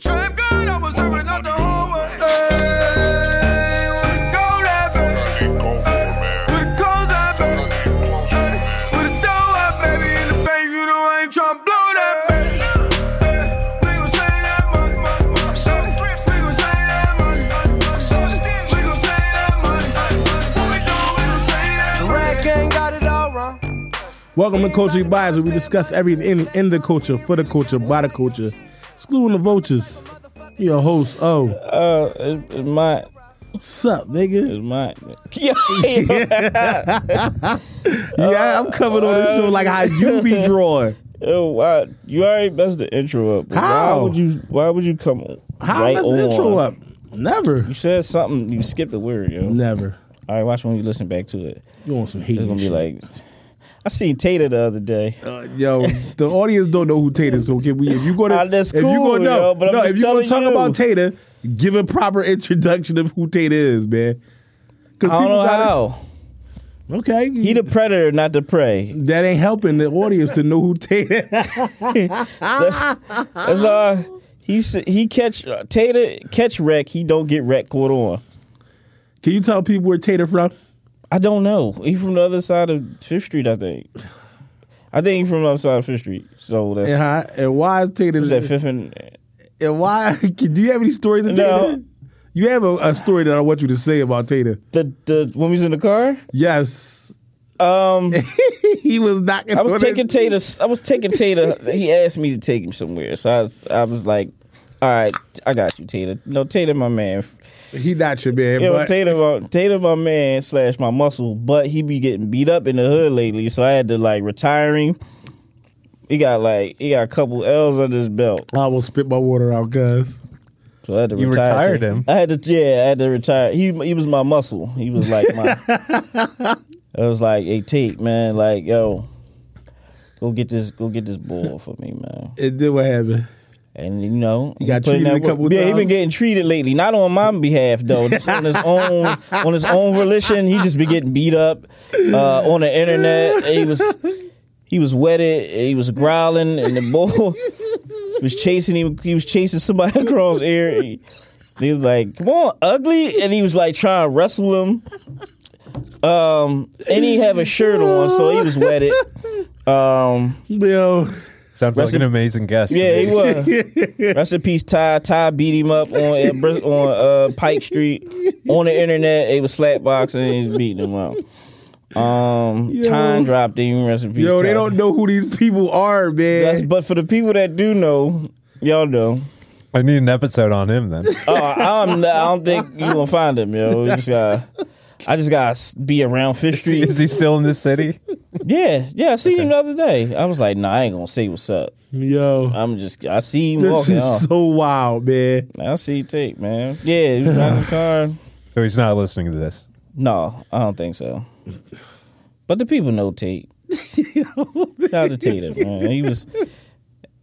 But I'm serving out the whole world. Hey, with a gold rapper. With a cold rapper. With a dough up, baby, in the bank, you know I ain't tryna blow that, baby. We gon' save that money. We gon' save that money. We gon' save that money. What we doing, we gon' save that money. Red gang got it all wrong. Welcome to Culture Bias, where we discuss everything in, in the culture, for the culture, by the culture, excluding the vultures. You Your host, oh, Uh, it's, it's my, sup, nigga? it's my. Yo, Yeah, I'm coming on this show like how you be drawing. yo, Oh, why, you already messed the intro up. but How? Why would you? Why would you come? How right mess the on? intro up? Never, You said something. You skipped a word, yo. never. All right, watch when you listen back to it. You want some hate? It's gonna be like, I seen Tater the other day. Uh, yo, the audience don't know who Tater is. Okay, we if you go to Nah, that's if you cool, go no, yo, but I'm no just if you gonna telling talk you. about Tater, give a proper introduction of who Tater is, man. I Cause don't people know gotta- how. Okay, He the predator, not the prey. that ain't helping the audience to know who Tater. is. That's uh, he s- he catch uh, Tater catch wreck. He don't get wreck caught on. Can you tell people where Tater from? I don't know. He from the other side of Fifth Street, I think. I think he from the other side of Fifth Street. So that's And, how, and why is Tater? was that Fifth and And why? Do you have any stories of No. Tater? You have a, a story that I want you to say about Tater. the the when we was in the car. Yes, Um, he was knocking. I was on taking it. Tater. I was taking Tater. He asked me to take him somewhere, so I was, I was like, "All right, I got you, Tater. No, Tater, my man. He not your man, Yo, but Tater, my, Tater, my man slash my muscle, but he be getting beat up in the hood lately, so I had to like retire him. He got like he got a couple L's under his belt. I will spit my water out, guys. So I had to You retire retired Tater. him. I had to, yeah, I had to retire. He he was my muscle. He was like my. I was like, hey, Tate, man, like, yo, go get this, go get this ball for me, man. And then what happened? And you know, he got put in treated that a couple work. Yeah, he been times? getting treated lately. Not on my behalf though, just on his own, on his own volition. He just been getting beat up uh, on the internet. He was, he was wetted. He was growling, and the bull was chasing him. He was chasing somebody across the air. He, they was like, "Come on, ugly," and he was like trying to wrestle him. Um, and he have a shirt on, so he was wetted. Um. Yo, Sounds like Rest an in- amazing guest. Yeah, he was. Rest in peace, Ty. Ty beat him up on on uh, Pike Street on the internet. They was slap boxing and he was beating him up. Um, Yo. Ty dropped him. Rest in peace. yo, they Ty. don't know who these people are, man. That's, but for the people that do know, y'all know. I need an episode on him then. Oh, I'm, not- I don't think you gonna find him, yo. You just gotta, I just gotta be around Fifth Street. Is he still in this city? Yeah, yeah. I seen him the other day. I was like, nah, I ain't gonna say what's up. yo, I'm just, I see him this walking. is off. so wild, man. I see tape, man. Yeah, he was driving the car. So he's not listening to this. No, I don't think so. But the people know Tate. Shout out to Tatum, man. He was.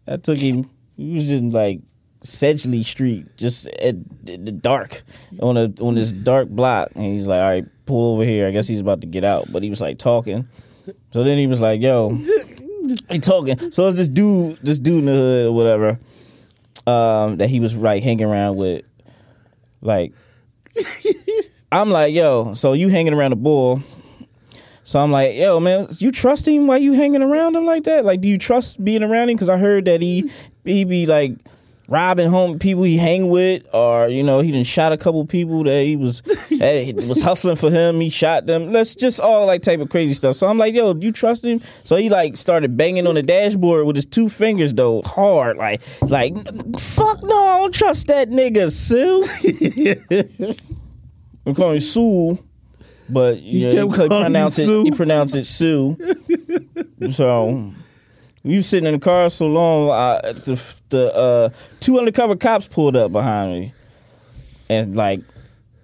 I took him. He was in like Sedgley Street, just at in the dark on a on this dark block, and he's like, "All right, pull over here." I guess he's about to get out, but he was like talking. So then he was like, "Yo, he talking." So it's this dude, this dude in the hood or whatever, um, that he was like hanging around with, like I'm like, yo, so you hanging around the bull. So I'm like, yo, man, you trust him? Why you hanging around him like that? Like, do you trust being around him? Because I heard that he he be like robbing home people he hang with, or you know, he done shot a couple people that he was that was hustling for him. He shot them. Let's just all like type of crazy stuff. So I'm like, yo, do you trust him? So he like started banging on the dashboard with his two fingers though, hard, like like fuck no, I don't trust that nigga, Sue. I'm calling him Sue, but yeah, he, kept could calling pronounce you it. Sue? He pronounced it Sue. so you sitting in the car so long, I, the the uh, two undercover cops pulled up behind me, and like.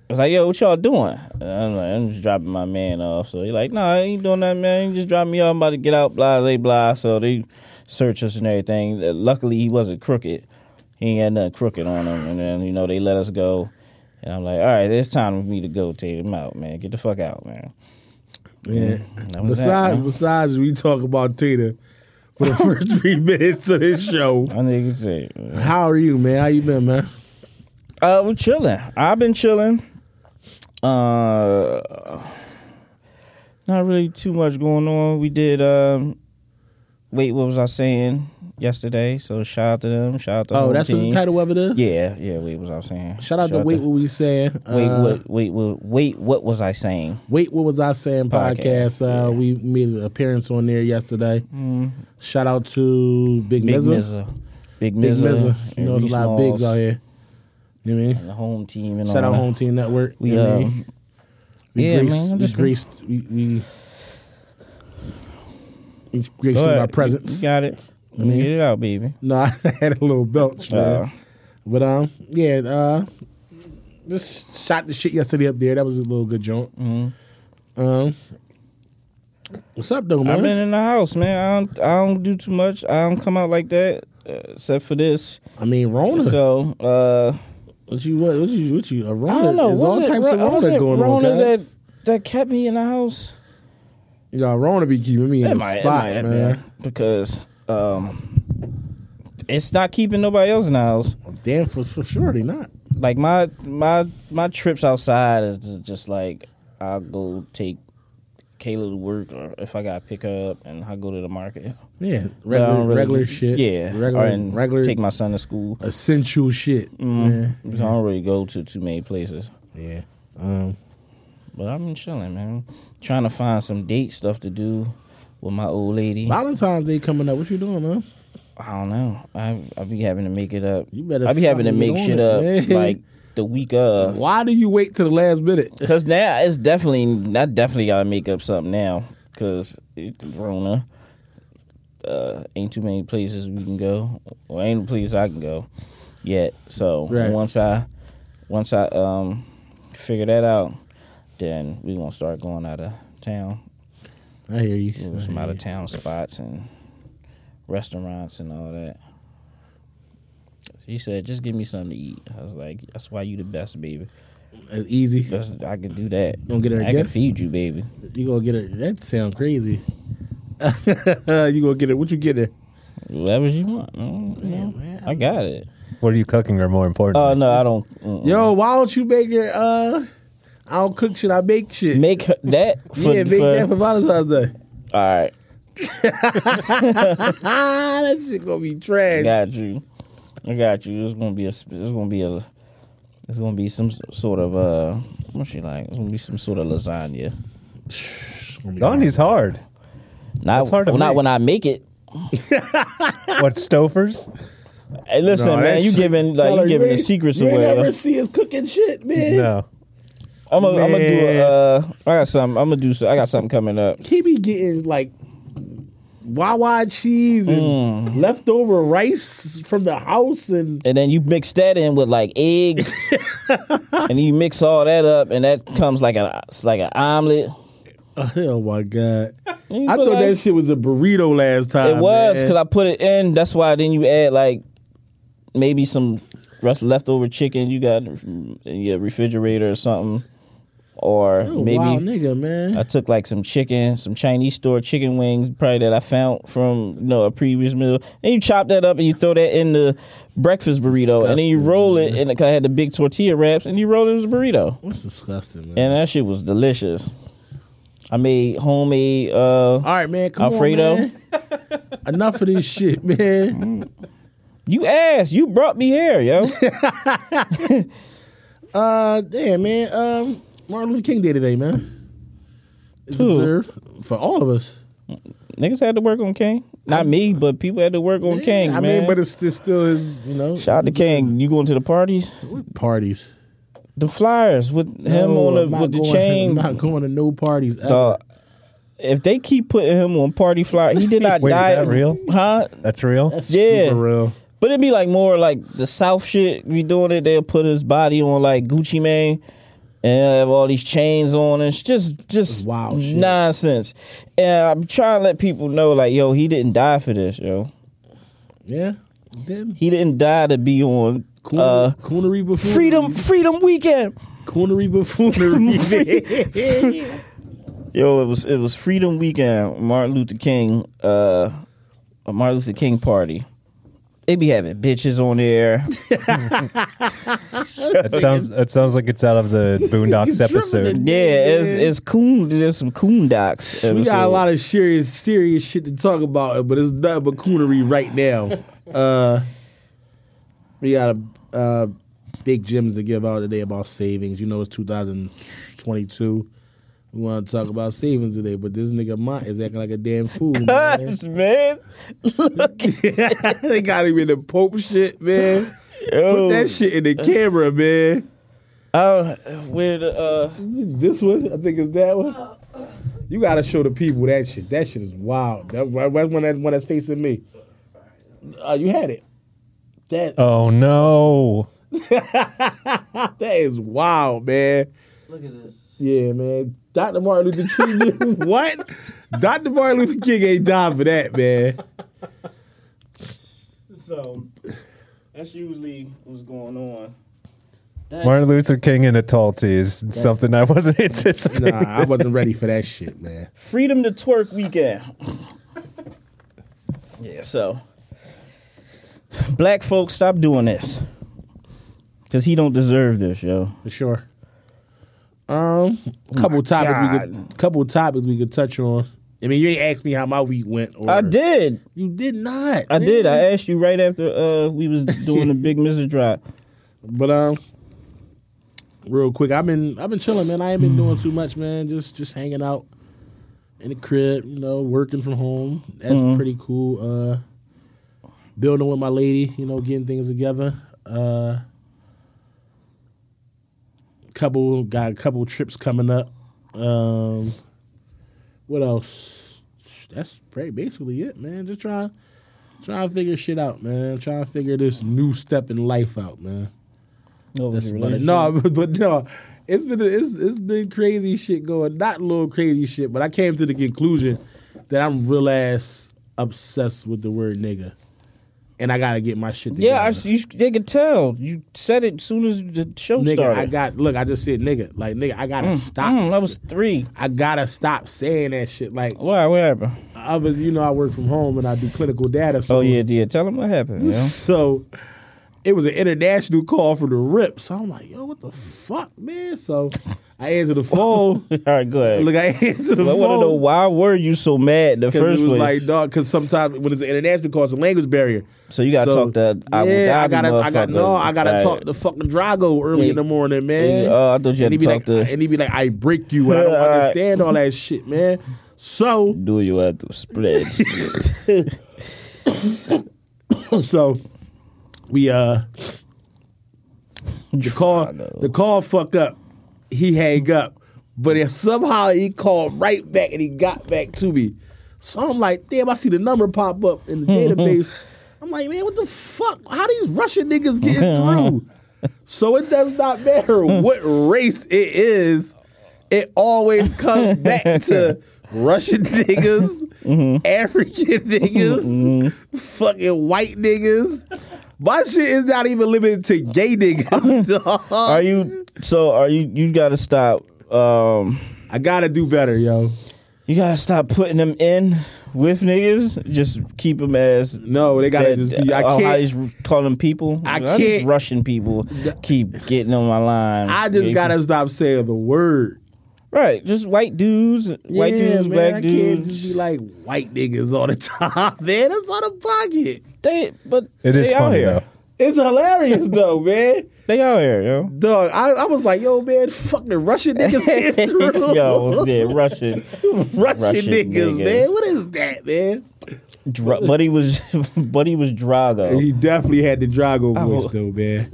I was like, yo, what y'all doing? And I'm like, I'm just dropping my man off. So he like, nah, I ain't doing that, man. You just drop me off. I'm about to get out, blah, blah, blah. So they search us and everything. Uh, Luckily, he wasn't crooked. He ain't had nothing crooked on him. And then, you know, they let us go. And I'm like, all right, it's time for me to go take him out, man. Get the fuck out, man. Yeah. That was that, Besides, man. besides, we talk about Tater for the first three minutes of this show. My nigga said, How are you, man? How you been, man? Uh, we're chilling. I've been chilling. Uh, not really too much going on. We did. Um, wait, what was I saying yesterday? So shout out to them. Shout out to. the Oh, whole that's what the team. title of it is. Yeah, yeah. Wait, what was I saying? Shout out to wait what we saying. Wait, Uh, what? Wait, what? Wait, what was I saying? Wait, what was I saying? Podcast. Podcast, Uh, We made an appearance on there yesterday. Shout out to Big, Mm-hmm. Big Mizza. Mizza. Big Big Mizza. Mizza. You know, and there's a lot of Reese bigs out Moss here. You know what I mean? and The home team and Shout all out that. Home Team Network. We, you know what I uh, mean? we yeah, graced, man, I'm we just- graced, we, we, we graced with Go ahead. our You- presence. You got it. mean- Get it out, baby. No, I had a little belch, man. Uh, but um, yeah, uh, just shot the shit yesterday up there. That was a little good joint. Um, what's up, though, Mm-hmm. I've man? been in the house, man. I don't, I don't do too much. I don't come out like that, uh, except for this. I mean, Rona. So uh, what you what, what you what you? A Rona. I don't know. There's Was all it, types Ro- of was Rona it going Rona on. that That, that kept me in the house? Y'all, Rona be keeping me in It the might, it spot, might have man. been because um, it's not keeping nobody else in the house. Damn, for, for sure they not. Like my my my trips outside is ju- just like I'll go take Kayla to work, or if I got to pick her up, and I go to the market. Yeah, But I regular, don't really- regular shit. Yeah, regular, or, and regular, Take my son to school. essential shit. Mm, so I don't really go to too many places. Yeah. Um, But I've been chilling, man. Trying to find some date stuff to do with my old lady. Valentine's Day coming up. What you doing, man? I don't know. I I be having to make it up. You better I be having to fucking make get on shit it, up man. like the week of. Why do you wait to the last minute? Cause now it's definitely I definitely gotta make up something now. Cause it's Rona. Uh, ain't too many places we can go. Or ain't a place I can go yet. So Right. once I once I um figure that out, then we gonna start going out of town. I hear you. Ooh, some out of town spots and restaurants and all that. She said, "Just give me something to eat." I was like, "That's why you the best, baby. It's easy. That's, I can do that. gonna get her a I can gift? feed you, baby. You gonna get it? That sound crazy. you gonna get it? What you get it? Whatever you want. Mm, you know, man. I got it. What are you cooking? Or more important, Oh no, I don't. mm-mm. Yo, why don't you make her? Uh, I don't cook shit. I bake shit. make her, that for, yeah, make for- that for Valentine's Day. all right. Ah, that shit gonna be trash. I got you. I got you. It's gonna be a. sp- It's gonna be a. It's gonna be some s- sort of uh. What's she like? It's gonna be some sort of lasagna. Donnie's hard. Not That's hard to well, not make. when I make it. What Stouffer's? Hey, listen, No, man, that you shit- giving like Tyler, you giving the ain't- secrets you ain't away. never see us cooking shit, man. No, I'm gonna I'm do. Man. A, uh, I got something. I'm gonna do. so- I got something coming up. he be getting like Wawa cheese and Mm. leftover rice from the house and And then you mix that in with like eggs, and you mix all that up, and that comes like an it's like an omelet. oh my god! And you I put, thought like- that shit was a burrito last time. it was man. because I put it in. That's why then you add like maybe some rest leftover chicken you got in your refrigerator or something, or You a maybe wild Oh, nigga man. I took like some chicken, some Chinese store chicken wings, probably that I found from you know a previous meal, and you chop that up and you throw that in the breakfast burrito, and then you disgusting, roll it, and like I had the big tortilla wraps, and you roll it as a burrito, That's disgusting, man. and that shit was delicious. I made homemade. Uh, All right, man. Oh, Come Alfredo? Mm. on, man. Enough of this shit, man. you asked, you brought me here, yo. Uh, damn, man. Um, Martin Luther King Day today, man. It's Ooh. observed for all of us. Niggas had to work on King, not me, but people had to work on King, I man. mean, but it's, it's still his, you know, Shout out to King. You going to the parties? parties. The flyers with him No, on the I'm not with the going- chain. I'm not going to no parties. Ever. Dog, if they keep putting him on party flyer, he did not Wait, is die. that real? Huh? that's real. That's yeah. super real. But it'd be like more like the South shit. We doing it. They'll put his body on like Gucci Mane, and have all these chains on and it's just just Wild shit. nonsense. And I'm trying to let people know like, yo, he didn't die for this, yo. Yeah. Then He didn't die to be on cool, uh, coonery buffoonery. Freedom Freedom Weekend. Coonery buffoonery. man. Yo, it was it was Freedom Weekend, Martin Luther King, uh, a Martin Luther King party, They be having bitches on there. That sounds that sounds like it's out of the Boondocks episode. Yeah, it's it's coon. There's some coon docs. We got a lot of serious, serious shit to talk about, but it's nothing but coonery right now. Uh, we got a uh, big gems to give out today about savings. You know, it's 2022. We want to talk about savings today, but this nigga Mont is acting like a damn fool. Man. Gosh, man. they got him in the Pope shit, man. Put Yo. that shit in the camera, man. Uh, where the uh, This one, I think is that one. You gotta show the people that shit. That shit is wild. That right, right one, that one that's facing me. Uh, you had it. That Oh no! Oh. that is wild, man. look at this. Yeah, man. Dr. Martin Luther King. did- what? Dr. Martin Luther King ain't died for that, man. So that's usually what's going on. Martin Luther King in a tall tee is something I wasn't anticipating. Nah, I wasn't ready for that shit, man. Freedom to twerk weekend. yeah. So black folks, stop doing this because he don't deserve this, yo. For sure. Oh Um, couple topics we could, couple topics we could touch on. I mean, you ain't asked me how my week went. Or I did. You did not. I did. man. I asked you right after uh we was doing the big Mr. drop. But um, real quick, I've been I've been chilling, man. I ain't been doing too much, man. Just just hanging out in the crib, you know, working from home. That's pretty cool. Uh, building with my lady, you know, getting things together. Uh, couple got a couple trips coming up. Um, what else? That's pretty basically it, man. Just trying trying to figure shit out, man. Trying to figure this new step in life out, man. What was That's your about it. relationship? No, but, but no, it's been it's it's been crazy shit going. Not little crazy shit, but I came to the conclusion that I'm real ass obsessed with the word nigga, and I gotta get my shit together. Yeah, I, you, they could tell. You said it as soon as the show nigga, started. I got look. I just said nigga, like nigga. I gotta stop. Mm, that was three. I gotta stop saying that shit. Like Why? What happened? other, you know, I work from home and I do clinical data. So Oh yeah, yeah. Tell them what happened. Yo. So it was an international call for the rip. So I'm like, yo, what the fuck, man? So I answered the phone. All right, go ahead. Look, I answered the I want to know phone. why were you so mad in the Because first it was place? like, dog, because sometimes when it's an international call, it's a language barrier. So you gotta talk to yeah, Abu I Dhabi gotta, I gotta, no, motherfucker. I gotta Right. talk to fucking Drago early Yeah. in the morning, man. Yeah, oh, I thought you and had to he be talk like, to- and he be like, I break you. I don't All right. understand all that shit, man. So Do you have to spread? So we uh the call Drago. the call fucked up. He hang up. But if somehow he called right back and he got back to me. So I'm like, damn, I see the number pop up in the database. I'm like, man, what the fuck? How these Russian niggas getting through? So it does not matter what race it is, it always comes back to Russian niggas, Mm-hmm. African niggas, fucking white niggas. My shit is not even limited to gay niggas. dog. are you? So are you? You gotta stop. Um, I gotta do better, yo. you gotta stop putting them in with niggas. Just keep them as. No, they gotta That, just be. I oh, how can't. you just call them people. I Just can't- Russian people keep getting on my line. I just Yeah. gotta stop saying the word. right. Just white dudes, white Yeah, dudes, man, black I dudes. can't just be like white niggas all the time, man. That's out of pocket. They, but It they is out funny here. though. It's hilarious though, man. They out here, yo. Dog, I, I was like, yo, man, fucking Russian niggas getting through. yo, they Russian. Russian, Russian niggas, niggas. man. What is that, man? Dra- buddy was, buddy was Drago. He definitely had the Drago voice Oh. though, man.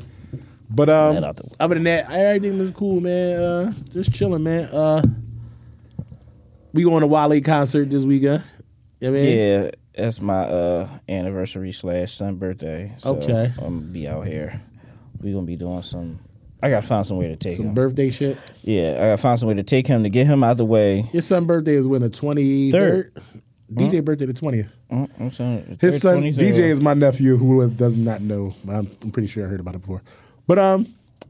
But Man, um, I don't- other than that, everything was cool, man. Uh, just chilling, man. Uh, we going to Wale concert this weekend. You know what I mean? Yeah, that's my uh anniversary slash son birthday. So Okay. I'm gonna be out here. We gonna be doing some. I gotta find somewhere to take Some him. birthday shit. yeah, I gotta find somewhere to take him to get him out the way. Your son's birthday is when the twenty third. DJ birthday the twentieth. Mm, I'm saying, His third, son 23rd. DJ is my nephew who does not know. I'm, I'm pretty sure I heard about it before. But um,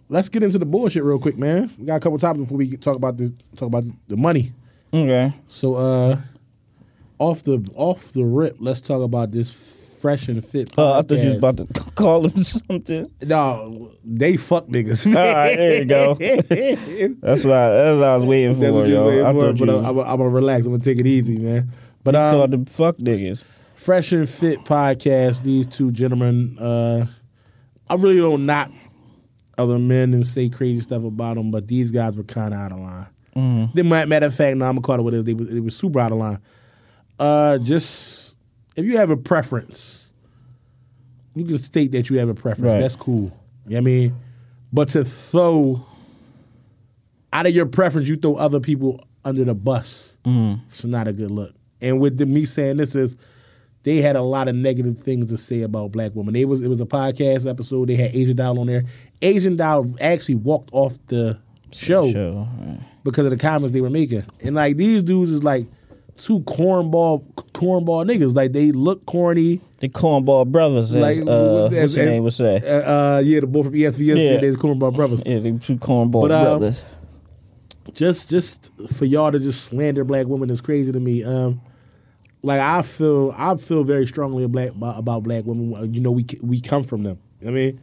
let's get into the bullshit real quick, man. We got a couple topics before we get- talk about the talk about the money. Okay. So uh, off the off the rip, let's talk about this fresh and fit. Oh, I thought you was podcast. about to call him something. No, they fuck niggas. Man. All right, there you go. That's That's what I, that's what I was waiting for, what yo. you're I waiting for. thought But you I'm, I'm, I'm gonna relax. I'm gonna take it easy, man. But um, called them fuck niggas. Fresh and Fit podcast. These two gentlemen, uh, I really don't knock other men and say crazy stuff about them, but these guys were kind of out of line. They might, matter of fact, no, I'm gonna call it what it is. They were, they were super out of line. Uh, just if you have a preference, you can state that you have a preference. Right. That's cool. You know what I mean? But to throw out of your preference, you throw other people under the bus. Mm. It's not a good look. And with the, me saying this is, they had a lot of negative things to say about black women. They was it was a podcast episode. They had Asian Doll on there. Asian Doll actually walked off the show, Show. Right. because of the comments they were making. And like these dudes is like two cornball cornball niggas. Like they look corny. The cornball brothers. As, Like uh, as- what's the as- name would Uh, say? uh, yeah, the boy from ESPN Yeah. said they's cornball brothers. Yeah, the two cornball But, uh, brothers. just just for y'all to just slander black women is crazy to me. Um, like I feel I feel very strongly black about, about black women. You know, we c- we come from them. You know what I mean,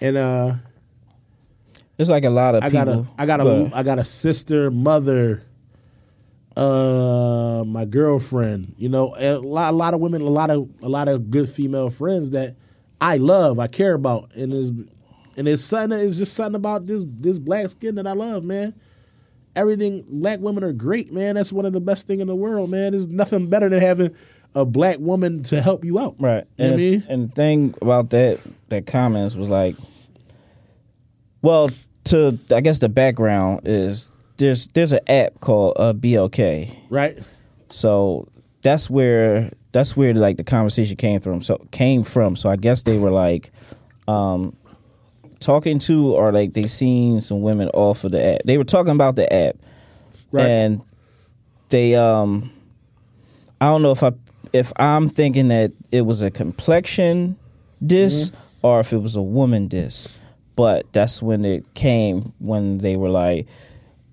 and uh, It's like a lot of I got a people. I got a But I got a sister, mother, uh, my girlfriend. You know, a lot, a lot of women, a lot of a lot of good female friends that I love, I care about, and is and it's something it's just something about this this black skin that I love, man. Everything black women are great, man. That's one of the best thing in the world, man. There's nothing better than having a black woman to help you out, Right. You know And, what I mean, and the thing about that that comments was like well, to I guess the background is there's there's an app called uh, BLK. right? So that's where that's where like the conversation came from. So came from. So I guess they were like um talking to or like they seen some women off of the app. They were talking about the app. Right. And they um I don't know if I if I'm thinking that it was a complexion diss Mm-hmm. or if it was a woman diss. But that's when it came when they were like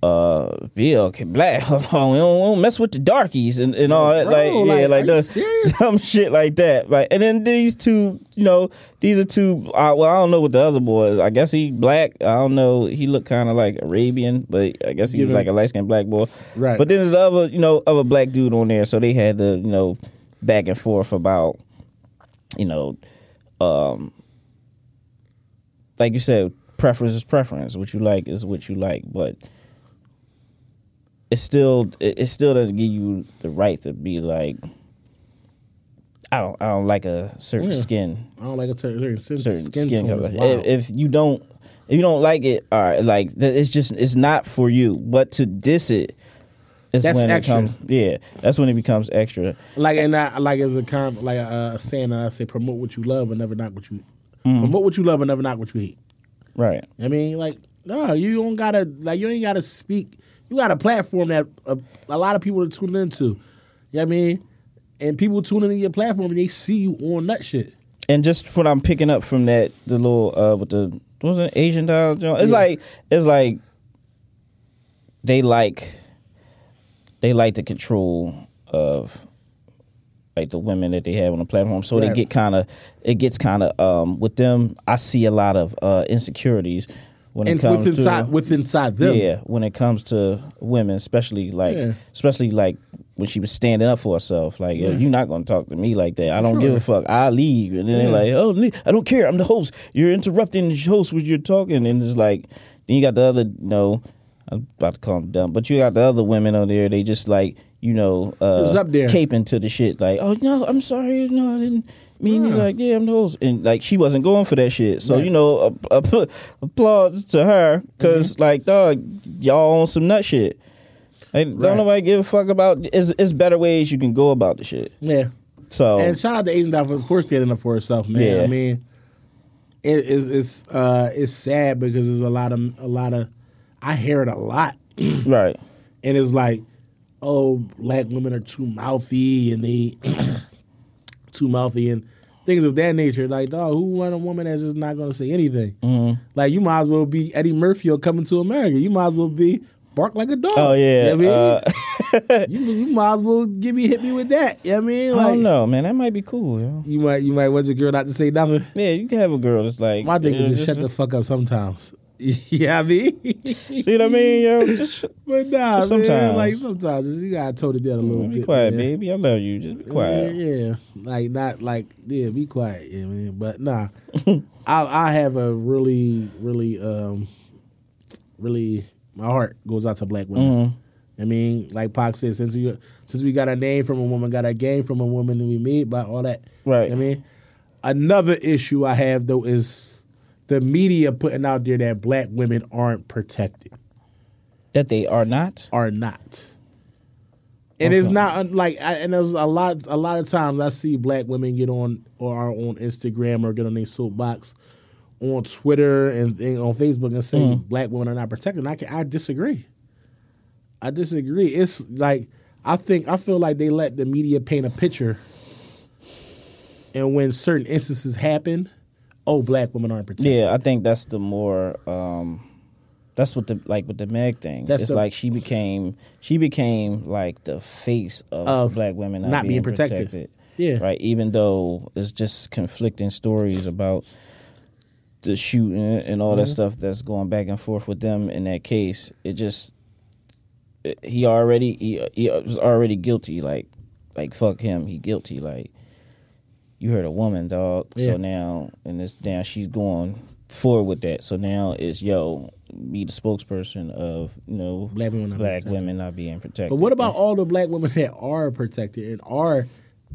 uh Bill can black we, don't, we don't mess with the darkies and, and all that Bro, like, yeah like, like are the you serious? dumb shit like that right and then these two you know these are two uh, well I don't know what the other boy is I guess he black I don't know he looked kind of like Arabian but I guess he Give was him- like a light skinned black boy Right. but then there's the other you know other black dude on there so they had the you know back and forth about you know um like you said, preference is preference. What you like is what you like, but it still it, it still doesn't give you the right to be like I don't I don't like a certain Yeah. skin I don't like a certain, certain skin, tone. color. Wow. If, if you don't if you don't like it, all right, like th- it's just it's not for you. But to diss it is That's when extra. it comes yeah, that's when it becomes extra. like and I like as a com like a, a saying that I say promote what you love and never knock what you Mm-hmm. promote what you love and never knock what you hate. Right. I mean, like no, you don't gotta like you ain't gotta speak. You got a platform that a, a lot of people are tuning into. You know what I mean? And people tune into your platform and they see you on that shit. and just what I'm picking up from that, the little uh with the what was it Asian doll joint? It's Yeah. like it's like they like they like the control of like the women that they have on the platform. So they Right. get kind of it gets kind of um with them. I see a lot of uh insecurities when And it comes with inside to with inside them. yeah, when it comes to women, especially like, Yeah. especially like when she was standing up for herself, like yo, you're not gonna talk to me like that. I don't give sure. a fuck. I leave, and then Yeah. they're like, oh, leave. I don't care. I'm the host. You're interrupting the host when you're talking, and it's like, then you got the other no. I'm about to call them dumb, but you got the other women on there. They just like you know, uh, It's up there. caping to the shit. Like, oh no, I'm sorry, no, I didn't mean. it." Yeah. Like, yeah, I'm the host, and like she wasn't going for that shit. So Right. you know, a, a, applause to her because Mm-hmm. like dog, y'all on some nut shit. Like, Right. Don't nobody give a fuck about. It's, it's better ways you can go about the shit. Yeah. So And shout out to Asian Doll for of course standing up for herself, man. Oh. Yeah. I mean, it, it's it's uh, it's sad because there's a lot of a lot of I hear it a lot right, and it's like, oh, black women are too mouthy and they too mouthy and things of that nature. Like, dog, who want a woman that's just not gonna say anything? Mm-hmm. Like, you might as well be Eddie Murphy or Coming to America. You might as well be bark like a dog. Oh, yeah, You know what I mean? uh, you, you might as well give me hit me with that. You know what I mean? I Like, don't know, man. That might be cool. You know? You might you might want your girl not to say nothing. Yeah, you can have a girl that's like My dick you know, is just shut the fuck up sometimes. yeah, I mean, See what I mean, yo? Just but nah, Just man, sometimes. like sometimes you gotta toe the dead a little be bit. quiet, man. baby. I love you. Just be quiet. Yeah, yeah, like not like yeah, be quiet, yeah, man. But nah, I I have a really really um really my heart goes out to black women. Mm-hmm. I mean, like Pac said, since you since we got our name from a woman, got our game from a woman, and we made by all that. Right. I mean, another issue I have though is the media putting out there that black women aren't protected That they are not. are not. And it's not like, I, and there's a lot, a lot of times I see black women get on or are on Instagram or get on their soapbox, on Twitter and, and on Facebook and say black women are not protected. And I can, I disagree. I disagree. It's like I think I feel like they let the media paint a picture, and when certain instances happen, oh, black women aren't protected. Yeah, I think that's the more. um That's what the like with the Meg thing. That's it's the- like she became she became like the face of, Of black women not, not being being, protected. protected. Yeah. Right. Even though it's just conflicting stories about the shooting and all that Mm-hmm. stuff that's going back and forth with them in that case, it just it- he already he, he was already guilty. Like like fuck him. He guilty. Like you heard a woman, dog. Yeah. So now and this now she's going forward with that. So now it's yo be the spokesperson of you know Black women not black protected. women not being protected. But what about all the black women that are protected and are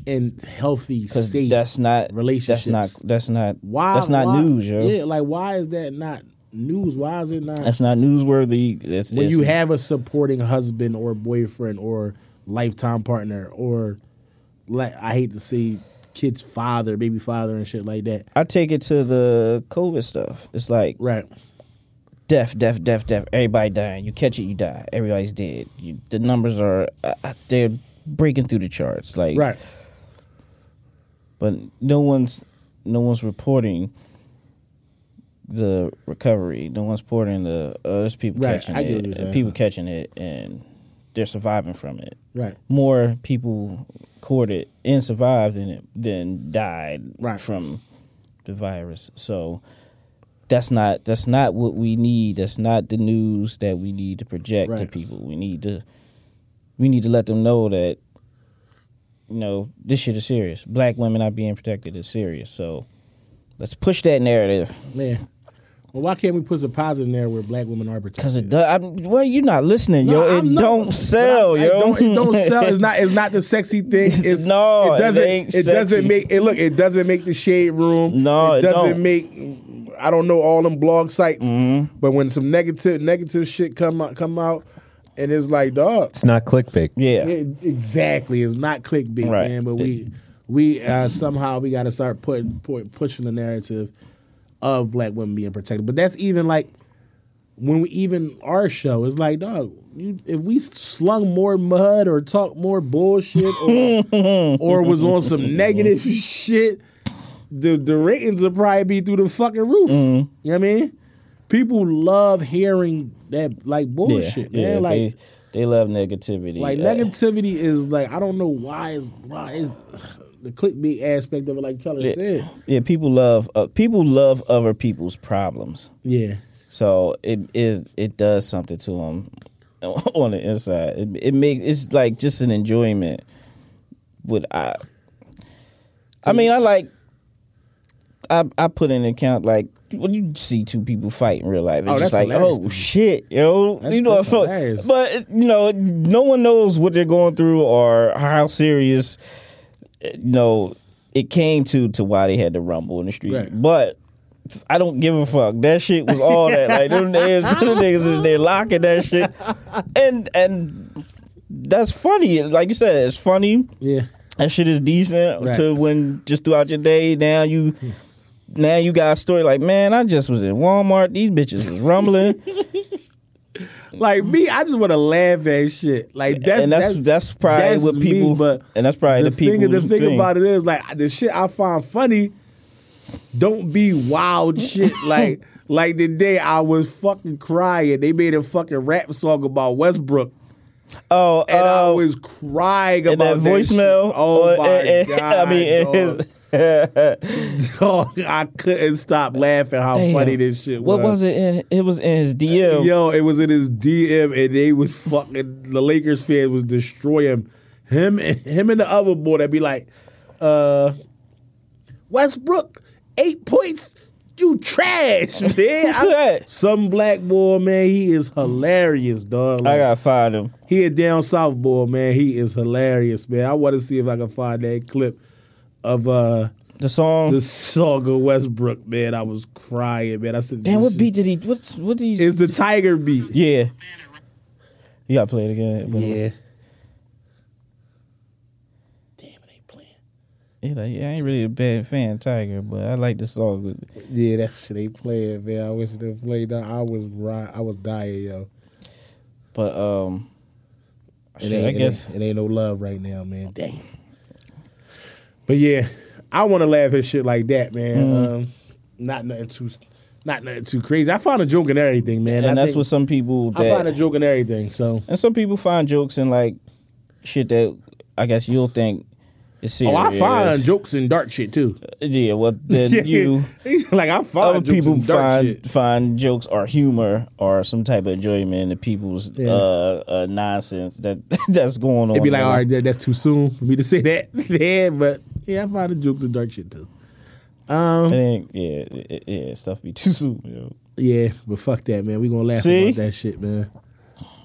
in healthy, because safe? that's not relationships? That's not that's not why that's not why- news, yo. Yeah, like why is that not news? Why is it not That's not newsworthy. That's, when it's- you have a supporting husband or boyfriend or lifetime partner or like I hate to say kid's father, baby father, and shit like that. I take it to the COVID stuff. It's like Right. death, death, death, death. Everybody dying. You catch it, you die. Everybody's dead. You, the numbers are uh, uh, they're breaking through the charts. Like Right. but no one's no one's reporting the recovery. No one's reporting the uh, there's people Right, catching I get what it, you're and saying. people catching it, and they're surviving from it. Right. More people caught it and survived in it than died Right. from the virus. So that's not that's not what we need. That's not the news that we need to project to Right. people. We need to we need to let them know that you know this shit is serious. Black women not being protected is serious. So let's push that narrative Man. Well, why can't we put some positive in there where black women are protected? because it does. I'm, well, you're not listening, No, yo. It I'm not- don't sell, I- I yo. don't- it don't sell. It's not. It's not the sexy thing. It's No, It it doesn't. ain't it doesn't sexy. make it look. It doesn't make the shade room. No, it it doesn't don't. Mm-hmm. make. I don't know all them blog sites, but when some negative negative shit come out, come out, and it's like, dog, It's not clickbait. yeah. it- exactly. It's not clickbait, Right. man. But we we uh, somehow we got to start putting pu- pushing the narrative of black women being protected. But that's even like when we even our show is like, dog. You, if we slung more mud or talked more bullshit or, or was on some negative shit, the the ratings would probably be through the fucking roof. Mm-hmm. You know what I mean? People love hearing that like bullshit, man. like they, they love negativity. like Uh, negativity is like I don't know why is why is the clickbait aspect of it like Teller said. Yeah, yeah, people love uh, people love other people's problems, Yeah. so it it it does something to them on the inside. It, it makes it's like just an enjoyment. With I, I mean, I like. I I put in an account like when you see two people fight in real life, it's Oh, just that's like hilarious to oh me. shit, yo, That's- you know, that's I feel- hilarious. but you know, no one knows what they're going through or how serious you know, it came to to why they had to rumble in the street. Right. But I don't give a fuck. That shit was all that. Like them niggas, them niggas is there locking that shit, and and that's funny. Like you said, it's funny. Yeah. That shit is decent Right. to when just throughout your day. Now you. Now you got a story like, man, I just was in Walmart. These bitches was rumbling, Like me, I just want to laugh at shit. Like that's and that's that's, probably that's what me, people. but and that's probably the the, people. thing. The thing, about it is like the shit I find funny. Don't be wild shit like like the day I was fucking crying. They made a fucking rap song about Westbrook. Oh, and I uh, was crying in about that voicemail. shit. Oh or- my eh, eh, god! I mean, eh, dog. his- Dog, I couldn't stop laughing how Damn. funny this shit was. What was it? In, it was in his DM. Yo, it was in his DM, and they was fucking the Lakers fan was destroying him. Him and him and the other boy that be like, uh, Westbrook, eight points, you trash, man. Who's that? Some black boy, man, he is hilarious, dog. I gotta find him. He a down south boy, man. He is hilarious, man. I want to see if I can find that clip of uh The song. the song of Westbrook, man. I was crying, man. I said, Damn, what this beat did he? What's what did he? is the Tiger beat? yeah. You gotta play it again. but- Yeah. Damn, it ain't playing. He like, yeah, I ain't really a bad fan of Tiger, but I like the song. Yeah, that shit ain't playing, man. I wish they played that. I was right. I was dying, yo. But um, It shit, ain't, I it guess ain't- it ain't no love right now, man. Damn. But yeah, I want to laugh at shit like that, man. Mm. Um, not nothing too, not nothing too crazy. I find a joke in everything, man. and I that's think- what some people I find a that joke in everything. So, and some people find jokes in like shit that I guess you'll think is oh, serious. I find jokes in dark shit too. Yeah, well then you like I find other jokes people in dark find shit. find jokes or humor or some type of enjoyment in the people's Yeah. uh, uh nonsense that that's going on. It'd be like, there. all right, that, that's too soon for me to say that. yeah, but yeah, I find the jokes in dark shit too. Um, It ain't- yeah, it- it- yeah, stuff be too soon. Yo. Yeah, but fuck that, man. We gonna laugh See? about that shit, man.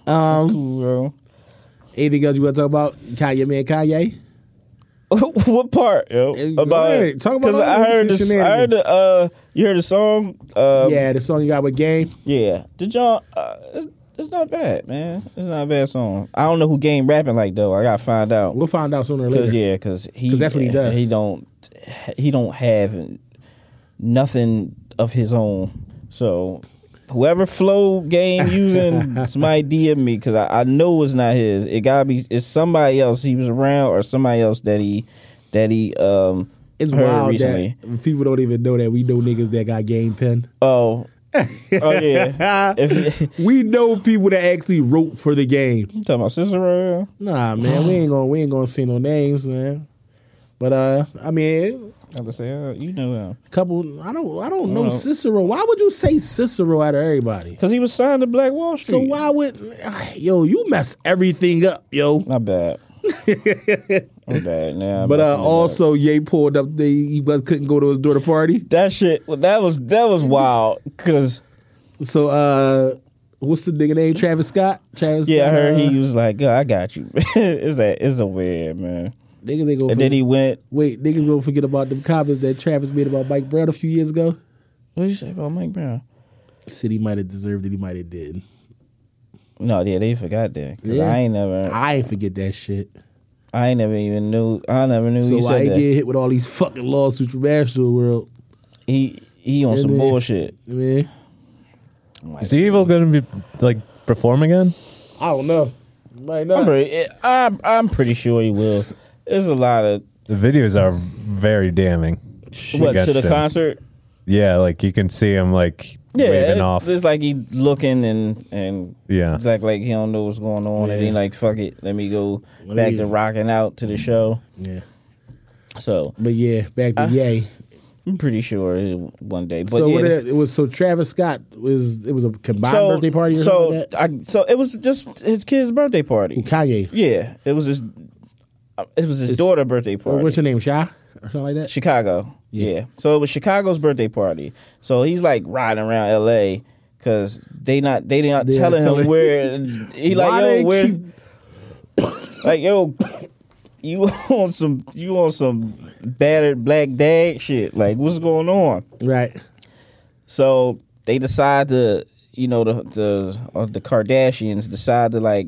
Um, Cool, bro. Anything else you want to talk about? Kanye, man, Kanye. what part? Yo, Hey, go about ahead. Talk about because I all heard these this. I heard the uh, you heard the song. Uh, yeah, yeah, the song you got with Game. yeah. Did y'all? Uh, it- it's not bad, man. It's not a bad song. I don't know who game rapping like though. I gotta find out. We'll find out sooner or Cause later. yeah, cause he 'Cause that's what he does. He don't he don't have nothing of his own. So whoever flow game using somebody DM me because I, I know it's not his. It gotta be it's somebody else he was around or somebody else that he that he um It's heard wild recently. that people don't even know that we know niggas that got game pen. Oh, oh yeah. If We know people that actually wrote for the game. you talking about Cicero, Nah, man, we ain't gonna we ain't gonna say no names, man. But uh, I mean, I was say oh, you know him a couple. I don't I don't know Well- Cicero. Why would you say Cicero out of everybody? because he was signed to Black Wall Street. So why would yo you mess everything up, yo? My bad. My bad. Now, I'm But uh, messing it up. also, Ye pulled up. The, he was- couldn't go to his daughter party. That shit. Well, that was that was wild. Cause So, uh, what's the nigga name? Travis Scott. Travis. yeah, I Scott, heard uh, he was like, "God, I got you." it's that it's a weird man. Niggas ain't gonna And then forget, he went. wait. Niggas gonna forget about them comments that Travis made about Mike Brown a few years ago. What did you say about Mike Brown? Said he might have deserved it. He might have did. No, yeah, they forgot that. 'Cause Yeah. I ain't never, I ain't forget that shit. I ain't never even knew. I never knew So he I said ain't that. get hit with all these fucking lawsuits from Astro World. He he on And then- some bullshit. I mean, I'm like, Is Evil going to be like perform again? I don't know. Might not. I'm pretty, I'm I'm pretty sure he will. There's a lot of The videos are very damning. what to against the him. concert. Yeah, like you can see him like Yeah, waving it- off. it's like he looking and and Yeah. it's like like he don't know what's going on, and he Yeah. like fuck it, let me go Let back me- to rocking out to the Mm-hmm. show. Yeah. So But yeah, back to Ye. I'm pretty sure it'll- one day. Uh, But So yeah, what it, it was so Travis Scott was it was a combined so birthday party or so something like that? I so it was just his kid's birthday party. Kanye. Yeah, it was his uh, it was his It's- daughter birthday party. What's her name? Shy or something like that? Chicago. Yeah. Yeah. So it was Chicago's birthday party. So he's like riding around L.A. because they not they not They not telling him telling- where he like Why yo they where keep- like yo you on some you on some battered black dad shit like what's going on? Right. So they decide to, you know, the the or the Kardashians decide to like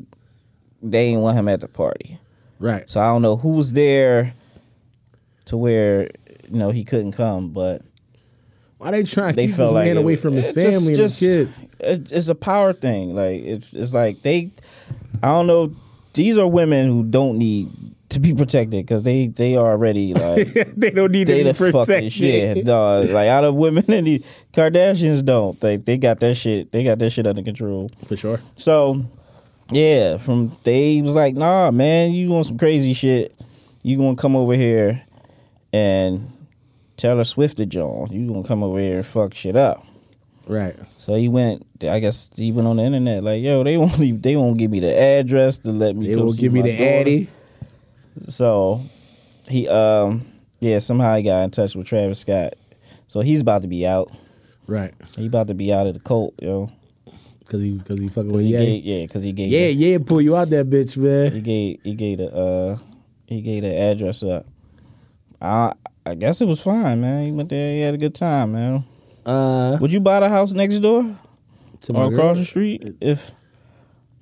they ain't want him at the party. Right. So I don't know who's there to where you know he couldn't come, but Why they trying to they keep this felt like man it- away from his it family and just- his kids? It, it's a power thing. Like it's it's like they, I don't know. These are women who don't need to be protected because they they are already like they don't need they to be the fucking protected. shit. No, like out of women and the Kardashians don't. They they got that shit. They got that shit under control. For sure. So Yeah, from they was like, nah, man, you want some crazy shit? You gonna come over here and Taylor Swift to John? You gonna come over here and fuck shit up? Right. So he went. I guess he went on the internet like, yo, they won't leave, they won't give me the address to let me. They go will see give me my the daughter. Addy. So he, um, yeah, somehow he got in touch with Travis Scott. So he's about to be out. Right. He about to be out of the cult, yo. Because he, cause he fucking with He Yay. gave, yeah, because he gave. Yeah, yeah, pull you out that bitch, He man. gave he gave the uh he gave the address up. I I guess it was fine, man. He went there, he had a good time, man. Uh, Would you buy the house next door to or girl? across the street if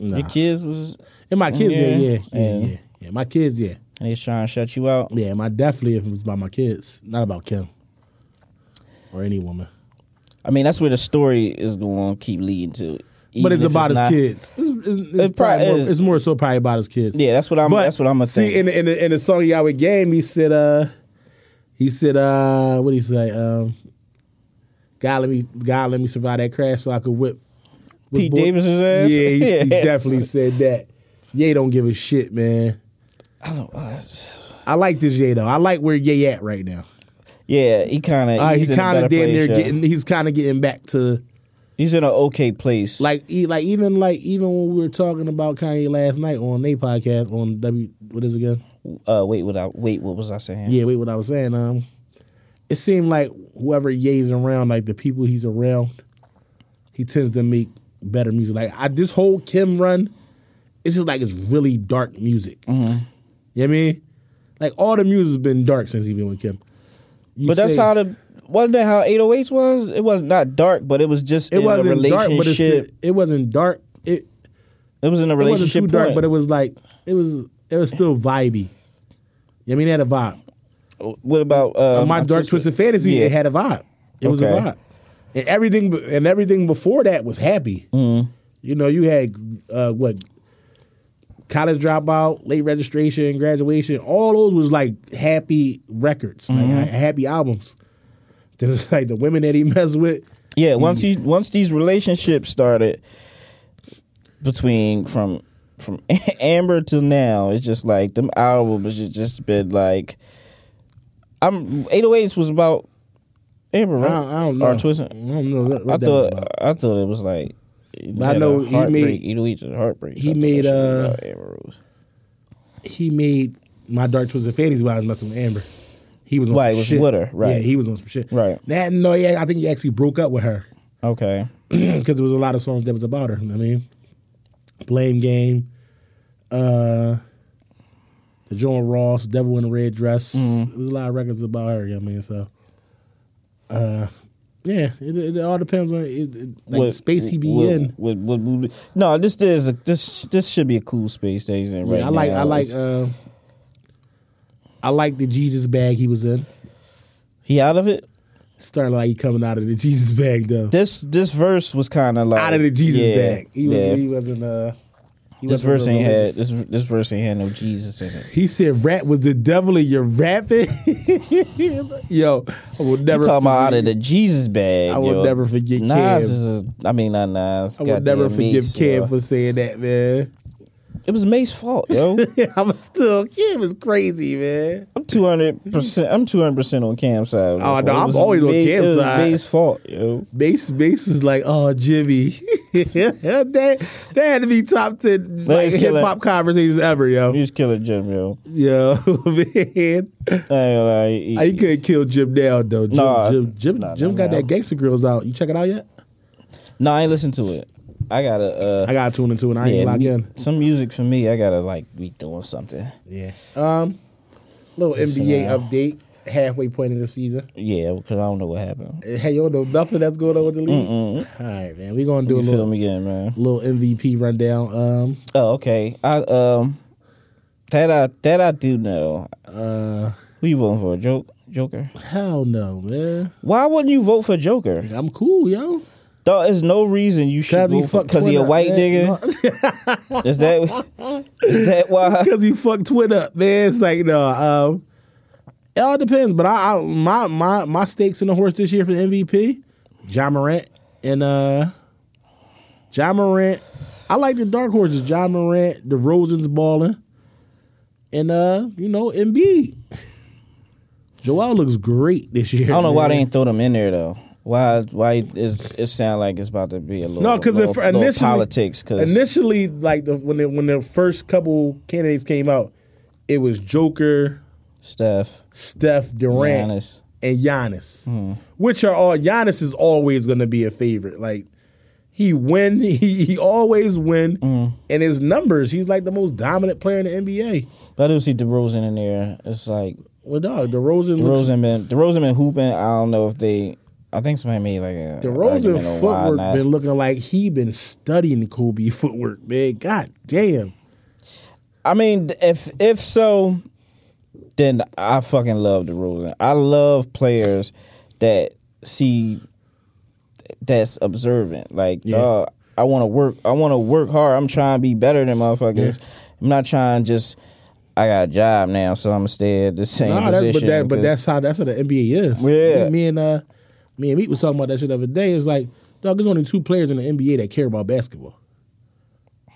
Nah. your kids was And my kids, yeah, Yeah. yeah, yeah, Yeah. yeah, yeah. My kids, yeah, and he's trying to shut you out? yeah. My definitely if it was about my kids, not about Kim or any woman. I mean, that's where the story is going to keep leading to. even but it's if about his not- kids. It's, it's, it's It probably probably more, is. it's more so probably about his kids. Yeah, that's what I'm. but that's what I'm gonna see. say. In the, in the in the song Yahweh game, he said, uh, he said, uh, what did he say? Um, God let me, God let me survive that crash so I could whip whip Pete boy- Davis's ass? Yeah, he, he Yeah. definitely said that. Ye don't give a shit, man. I don't. Uh, it's- I like this Ye though. I like where Ye at right now. yeah, he kind of. Uh, he's he kind kind of of damn near place, yo. getting. He's kind of getting back to He's in an okay place. like, e, like even like even when we were talking about Kanye last night on their podcast on W. What is it again? uh, wait, what? I, wait, what was I saying? Yeah, wait, what I was saying. Um, it seemed like whoever Ye's around, like the people he's around, he tends to make better music. Like I, this whole Kim run, it's just like it's really dark music. Mm-hmm. You know what I mean? Like all the music's been dark since he been with Kim. You But that's say- how the wasn't that how 808s was? It was not dark, but it was just it in a wasn't dark, relationship. but it's still, it wasn't dark. It it was in a it wasn't relationship. too dark, point. but it was like it was it was still vibey. You know what I mean, it had a vibe. what about uh, my dark twisted fantasy Yeah. it had a vibe it was a Okay. vibe and everything be- and everything before that was happy Mm-hmm. you know you had uh, what college dropout late registration graduation all those was like happy records Mm-hmm. like ha- happy albums then it's like the women that he messed with yeah, Mm. once you once these relationships started between from from Amber till now, it's just like them albums has just been like I'm 808s was about Amber, I right? don't, I don't know Mm. Or Twisted. I don't know what, I what that was thought about. I thought it was like. I had a know he made- heartbreak, 808s and heartbreak. he I thought that made, shit was uh, about Amber Rose. he made my dark twisted fantasy while I was messing with Amber. He was on Right, some it was shit. with her, right. Yeah, he was on some shit. Right. That no, yeah, I think he actually broke up with her. Okay. because there was a lot of songs that was about her. you know what I mean, Blame Game, uh, the Joan Ross, Devil in a Red Dress. Mm-hmm. There was a lot of records about her. You know what I mean, so uh, yeah, it, it all depends on it, it, like the space he be what- in. what- what movie- no, this is a, this this should be a cool space that he's in right yeah, I like now. I like It's- uh, I like the Jesus bag he was in. he out of it. Starting like he coming out of the Jesus bag though. This this verse was kind of like out of the Jesus yeah, bag. He was yeah. he wasn't uh he this wasn't verse ain't had religious. this this verse ain't had no Jesus in it. He said, "Rat was the devil in your rapping." yo, I will never You talking about out of forgive- the Jesus bag? I will yo. never forget Nas Kev. is a, I mean not Nas. I will never forgive Cam for saying that, man. It was May's fault, yo. I'm still Cam is crazy, man. I'm two hundred percent. I'm two hundred percent on Cam's side. Oh, no, It I'm was always on May- Cam's it was side. May's fault, yo. Mace Mace was like, "Oh, Jimmy, that that had to be top ten like, Let's kill hip it. hop conversations ever, He yo, was killing Jim, yo. yo, man." I ain't gonna lie, he- I, you couldn't kill Jim now though. Jim, Nah. Jim, Jim, Nah, Jim nah, got nah. that Gangster Grills out. You check it out yet? No, I ain't listen to it. I gotta. Uh, I gotta tune into it. I ain't locked mu- in. some music for me. I gotta like be doing something. Yeah. Um, little NBA now. update. Halfway point of the season. Yeah, because I don't know what happened. Hey, you don't know nothing that's going on with the league. All right, man. We're gonna do You a feel little me again, man? little MVP rundown. Um, Oh, okay. I um, that I that I do know. uh, Who you voting for? Joke Joker. hell no, man. Why wouldn't you vote for Joker? I'm cool, yo. There is no reason you should Cause he vote for fucked because he a Twitter, white man. nigga. Is that is that why? Because he fucked Twin up, man. It's like no. Um, it all depends. But I, I my my my stakes in the horse this year for the MVP, John Morant and uh, John Morant. I like the dark horses: John Morant, the Rosen's balling, and uh, you know, Embiid. Joel looks great this year. I don't know why they man. ain't throw them in there though. Why? Why is it sound like it's about to be a little No, because little, little initially politics? Because initially, like the, when the, when the first couple candidates came out, it was Joker, Steph, Steph, Durant, Giannis. Hmm. and Giannis, which are all Giannis is always going to be a favorite. Like he win, he, he always win, Hmm. and his numbers, he's like the most dominant player in the NBA. I do see DeRozan in there. It's like Well, dog, DeRozan, looks, DeRozan been DeRozan been hooping. I don't know if they. I think somebody made like a DeRozan argument on why footwork not. been looking like he been studying Kobe footwork, man. God damn. I mean, if if so, then I fucking love DeRozan. I love players that see that's observant. Like, Yeah. dawg, I want to work. I want to work hard. I'm trying to be better than motherfuckers. I'm not trying to just. I got a job now, so I'm gonna stay at the same Nah, that, but position. that, but 'cause- that's how that's how the NBA is. Yeah. Me, me and uh, me and Meek was talking about that shit the other day. It's like, dog, there's only two players in the NBA that care about basketball.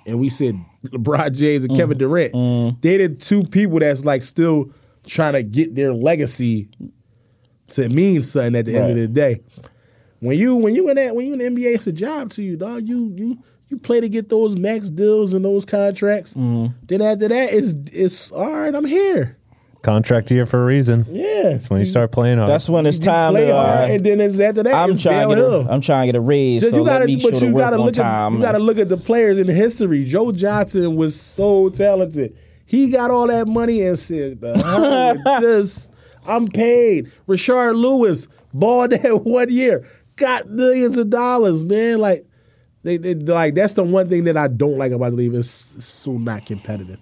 And we said LeBron James and Mm, Kevin Durant. They the two people that's like still trying to get their legacy to mean something at the end of Right. the day. When you when you in that when you in the NBA, it's a job to you, dog. You you you play to get those max deals and those contracts. Mm. Then after that, it's it's all right. I'm here. Contract here for a reason. Yeah, That's when you start playing on. that's it. when it's time play to. hard, Uh, and then it's after that. I'm it's trying to get downhill. a, I'm trying to get a raise, Just- so let me show the work gotta on look at time. you gotta look at the players in history. Joe Johnson was so talented. He got all that money and said, "The hell with "This, I'm paid." Rashard Lewis balled that one year, got millions of dollars, man. Like they, they like that's the one thing that I don't like about the league. It's it's so not competitive,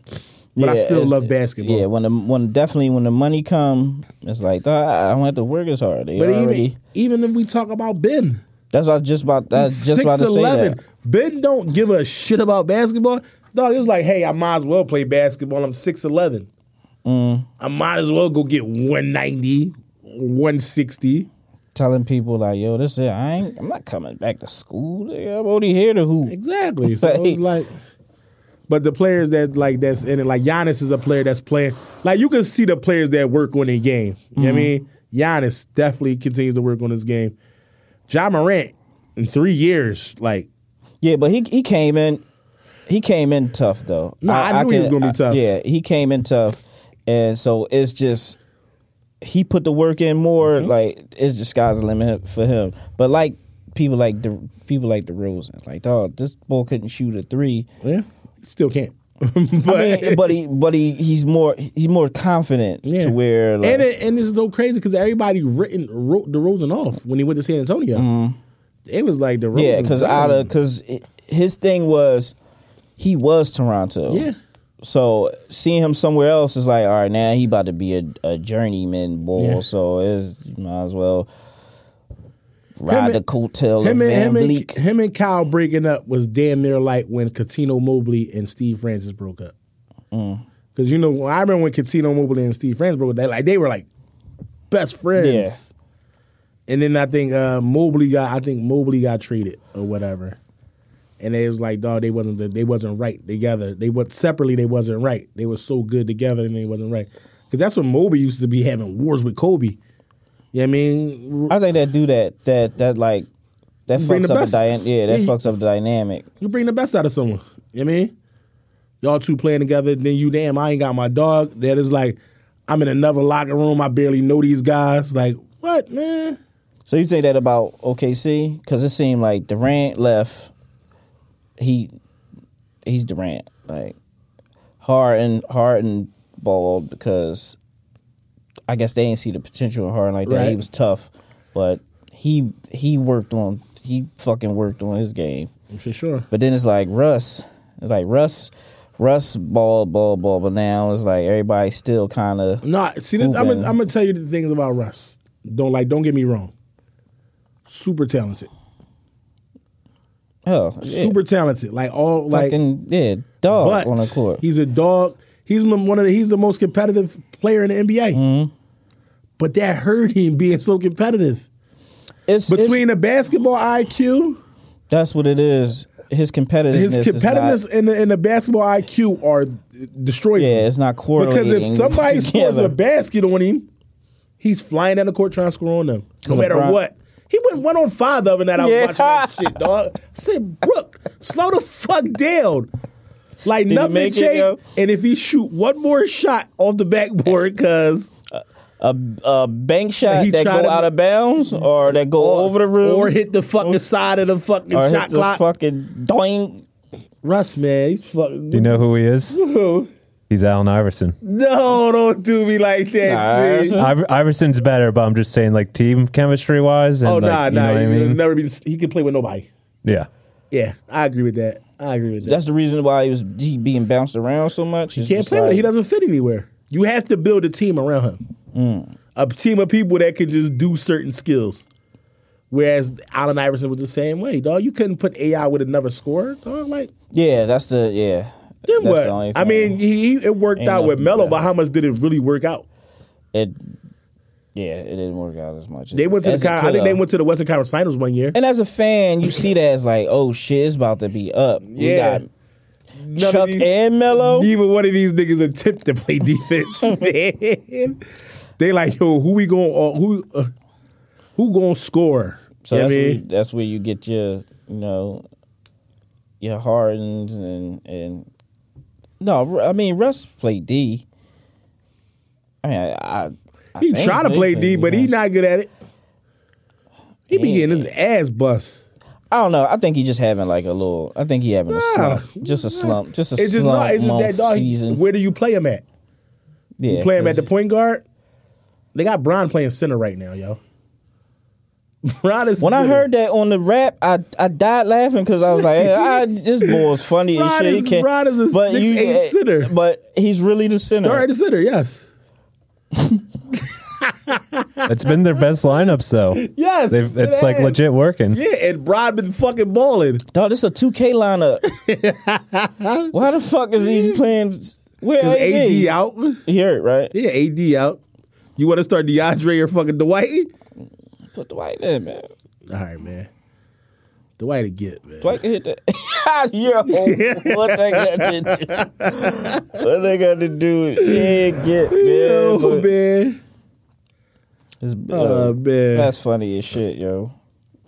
but I Yeah, still it's- love basketball. Yeah, when the when definitely when the money come, it's like "Dawg, I don't have to work as hard. They but already, even even if we talk about Ben. that's what I just about that's just about to say that. Ben don't give a shit about basketball. Dog, it was like, hey, I might as well play basketball. I'm 6'11. Mm. I might as well go get 190, 160. Telling people like, yo, this it. I ain't. I'm not coming back to school. nigga. I'm only here to hoop. Exactly. So it's like, but the players that like that's in it, like Giannis is a player that's playing. Like you can see the players that work on their game. You Mm-hmm. know what I mean? Giannis definitely continues to work on his game. John Morant in three years, like Yeah, but he he came in, he came in tough though. No, I knew he was gonna be tough. yeah, he came in tough, and so it's just he put the work in more. Mm-hmm. Like it's just sky's the limit for him. But like people like the people like the Rosen, like dog, this boy couldn't shoot a three. yeah, still can't. but, I mean, but he but he he's more he's more confident to where like, and it, and it's so crazy because everybody written wrote DeRozan off when he went to San Antonio. It was like DeRozan. Mm-hmm. yeah, because out of because his thing was he was Toronto. Yeah. So seeing him somewhere else is like, all right, now he about to be a, a journeyman boy. Yeah. So it's you might as well ride and- the coattail of him and, Van him, and, Bleek. him and Kyle breaking up was damn near like when Katino Mobley and Steve Francis broke up. Mm. Because you know, I remember when Katino Mobley and Steve Francis broke up. They like they were like best friends. Yeah. And then I think uh, Mobley got I think Mobley got traded or whatever. And it was like, dog, they wasn't the, they wasn't right together. They was separately, they wasn't right. They were so good together, and they wasn't right. Because that's when Mobley used to be having wars with Kobe. You know what I mean? I think that do that that that like that Bring fucks the up best. the dy- yeah that Yeah, he- fucks up the dynamic. You bring the best out of someone. You know what I mean? Y'all two playing together, then you damn, I ain't got my dog. That is like, I'm in another locker room. I barely know these guys. Like, what, man? So you think that about OKC? Because it seemed like Durant left. He he's Durant. Like Harden Harden balled because I guess they didn't see the potential in Harden like that. He Right. was tough, but he he worked on he fucking worked on his game. For sure. But then it's like Russ. It's like Russ Russ ball ball ball. But now it's like everybody still kind of No, see, this, I'm, Who gonna, been? I'm gonna tell you the things about Russ. Don't like, don't get me wrong. Super talented, oh yeah, super talented. Like all, like, fucking yeah dog but on the court. he's a dog. He's m- one of the. He's the most competitive player in the NBA. Mm-hmm. But that hurt him being so competitive It's it's- between the basketball IQ That's what it is. his competitiveness. his is competitiveness Not, and the, and the basketball IQ are destroyed. yeah, it's not correlating. because if somebody scores together. a basket on him, he's flying down the court trying to score on them, no matter LeBron- what. He went one on five the other night. I was Yeah. watching that shit, dog. I said, Brooke, slow the fuck down. Like he nothing make it, changed. though? And if he shoot one more shot off the backboard, cause a, a bank shot He that tried go to- out of bounds or that go over the rim or hit the fucking side of the fucking or hit shot the clock. fucking doink. Russ, man, you fucking Do you know who he is? He's Allen Iverson. no, don't do me like Nah, that. Nah, that's- Iver- Iverson's better, but I'm just saying, like team chemistry wise. And, oh like, nah, you nah, know what I he mean? never be. He can play with nobody. yeah, Yeah, I agree with that. I agree with that. That's the reason why he was he being bounced around so much. It's Can't just play with like- it. He doesn't fit anywhere. You have to build a team around him. Mm. A team of people that can just do certain skills. Whereas Allen Iverson was the same way, dog. You couldn't put AI with another scorer, dog. Like Yeah, that's the yeah. then That's the what? only I thing. mean, he, he- it worked Ain't out with nothing Melo, better. but how much did it really work out? it. Yeah, it didn't work out as much. They went to as the it con- I could think they have. went to the Western Conference Finals one year. And as a fan, you see that as like, oh shit, it's about to be up. Yeah. We None got of Chuck these- and Mello. Neither one of these niggas attempt to play defense, man. They like, yo, who we going? to who uh, who going to score? So You know what that's, I where, mean? that's where you get your, you know, your Hardens and and no, I mean Russ played D. I mean, I, I He think try to they play play D, but he defense. not good at it. He be getting his ass bust. I don't know. I think he just having like a little. I think he having a Nah. slump, just a slump, just a It's just slump. not. It's just that month, dog. he- season. where do you play him at? yeah, You play him at the 'cause- point guard. They got Bron playing center right now, yo. Bron is When I center. heard that on the rap, I I died laughing because I was like, I, this boy is funny Rod and shit. is- He can't- Rod is a 6'8" eh, center. But he's really the center. started the center, yes, it's been their best lineups though. yes, They've, it it's like has. legit working. Yeah, and Bron been fucking balling. Dog, this a 2K lineup. Why the fuck is he playing? Where Is AD AD? out? You hear it, right? Yeah, AD out. You want to start DeAndre or fucking Dwight? Put Dwight in, man. All right, man. Dwight to get man. Dwight can hit that. Yo, what they got to do? What they got to do? Yeah, get, man. Yo, but man. it's- Oh, uh, man. That's funny as shit, yo.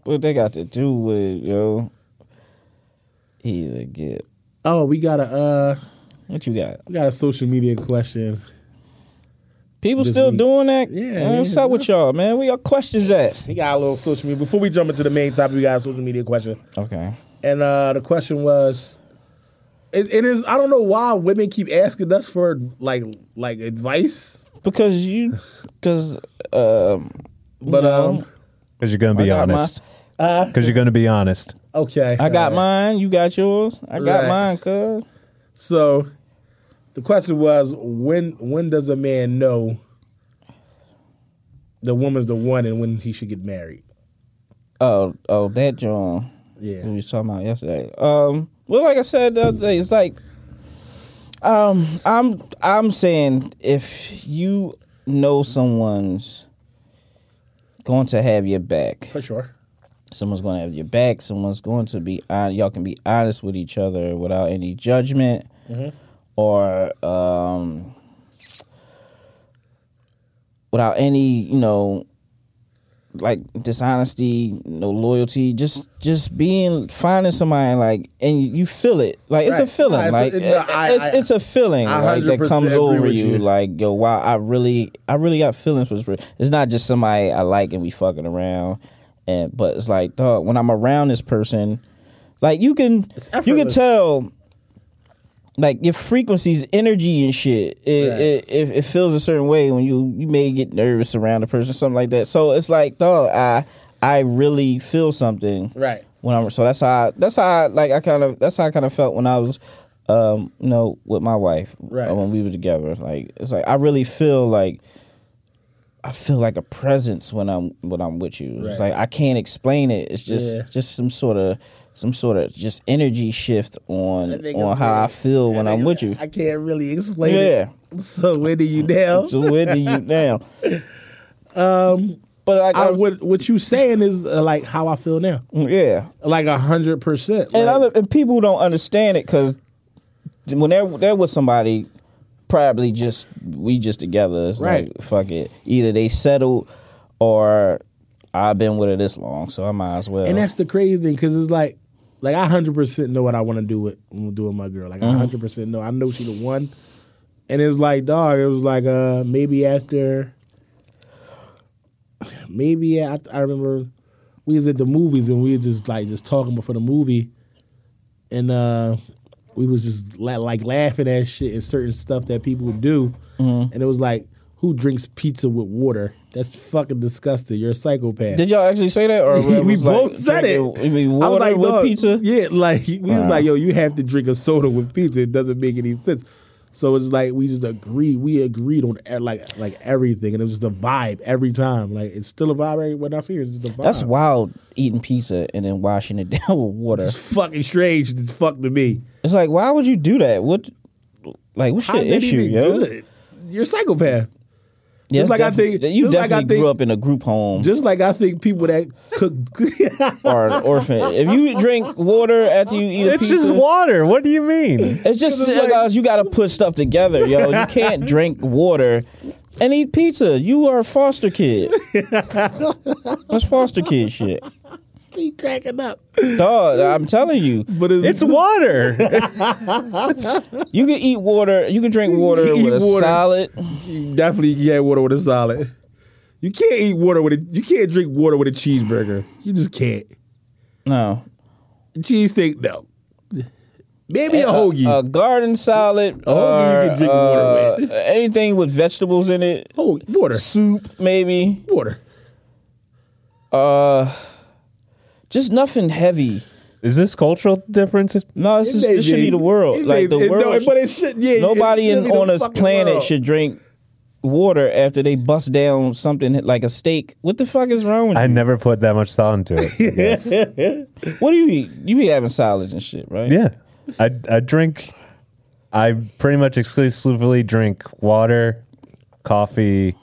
What they got to do with it, yo? Either get. Oh, we got a uh, What you got? we got a social media question. People This still week. doing that? Yeah, Man, What's yeah, up with y'all, man? Where y'all questions at? We got a little social media. Before we jump into the main topic, we got a social media question. Okay. And uh, the question was, it, it is I don't know why women keep asking us for like like advice, Because you, because, um, but No. um, Because you're going to I be got my- honest. Because you're going to be honest. okay, I got All right. mine. You got yours. I got Right. mine, cuz. So the question was, when when does a man know the woman's the one and when he should get married? Oh, oh, that John. Yeah. We was talking about yesterday. Um, well, like I said the other day, it's like, um, I'm I'm saying if you know someone's going to have your back, For sure. someone's going to have your back. Someone's going to be on. Y'all can be honest with each other without any judgment Mm-hmm. or um, without any, you know, like dishonesty, no loyalty. Just just being finding somebody like, and you feel it. Like it's a Right. feeling. No, it's a- like it- no, it's, I- it's, I- a feeling I like, that 100% comes agree over with you. you. Like yo, wow, I really, I really got feelings for this. person. It's not just somebody I like and we fucking around. And but it's like, dog, when I'm around this person, like you can, It's you can effortless. tell. Like your frequencies, energy and shit, it, Right. it, it it feels a certain way when you you may get nervous around a person, something like that. So it's like, dog, I I really feel something, Right. when I'm so that's how I, that's how I, like I kind of that's how I kind of felt when I was um you know with my wife Right. uh, when we were together like it's like I really feel like I feel like a presence when I'm when I'm with you it's Right. like I can't explain it it's just Yeah. just some sort of some sort of just energy shift on I think on I'm how I ready. feel when I'm with you I can't really explain yeah it. So where do you now? so where do you now But like, Um, I, I, was- what what you saying is uh, like how I feel now, yeah, like a hundred percent. and Like, other and people don't understand it because when they're they're with somebody, probably just we just together. It's Right. Like, fuck it. Either they settled or I've been with her this long, so I might as well. and that's the crazy thing because it's like, like I hundred percent know what I want to do with I'm doing my girl. Like I hundred percent know. I know she the one. And it's like, dog. It was like, uh, maybe after, maybe I, I remember we was at the movies and we were just like just talking before the movie, and uh, we was just la- like laughing at shit and certain stuff that people would do, and it was like, who drinks pizza with water? That's fucking disgusting. You're a psychopath. Did y'all actually say that, or we was, like, both said it. drinking- I mean, I water was like, with "Dog, pizza. Yeah, like we was like, yo, you have to drink a soda with pizza. It doesn't make any sense. So it's like we just agreed. We agreed on e- like like everything, and it was just a vibe every time. Like it's still a vibe right when I see it. It's just a vibe. That's wild. Eating pizza and then washing it down with water. It's fucking strange. It's fuck to me. It's like, why would you do that? What, like, what's How your is that issue, even yo? good? You're a psychopath. Yeah, Just it's like I defi- think- you just like I definitely think- grew up in a group home Just like I think people that cook. or an orphan. if you drink water after you eat a It's pizza, just water. What do you mean? it's just guys, you got to put stuff together, yo. You can't drink water and eat pizza. You are a foster kid. That's foster kid shit, he cracking up, dog. I'm telling you, but it's, It's water. you can eat water. You can drink water You can with eat a water. salad. You definitely get water with a salad. You can't eat water with a. You can't drink water with a cheeseburger. You just can't. No, Cheese steak, no. Maybe a A- hoagie. a, garden salad, A hoagie you or, can drink water uh, anything with vegetables in it, oh, water, soup maybe. water. Uh, just nothing heavy. Is this cultural difference? No, this, It is, may this should be the world. it Like may- the it- no, world. but it should. Yeah, it nobody should in, be the on this fucking planet world. should drink water after they bust down something like a steak. What the fuck is wrong with I you? never put that much thought into it. I guess. What do you eat? You be having salads and shit, right? yeah, I I drink. I pretty much exclusively drink water, coffee,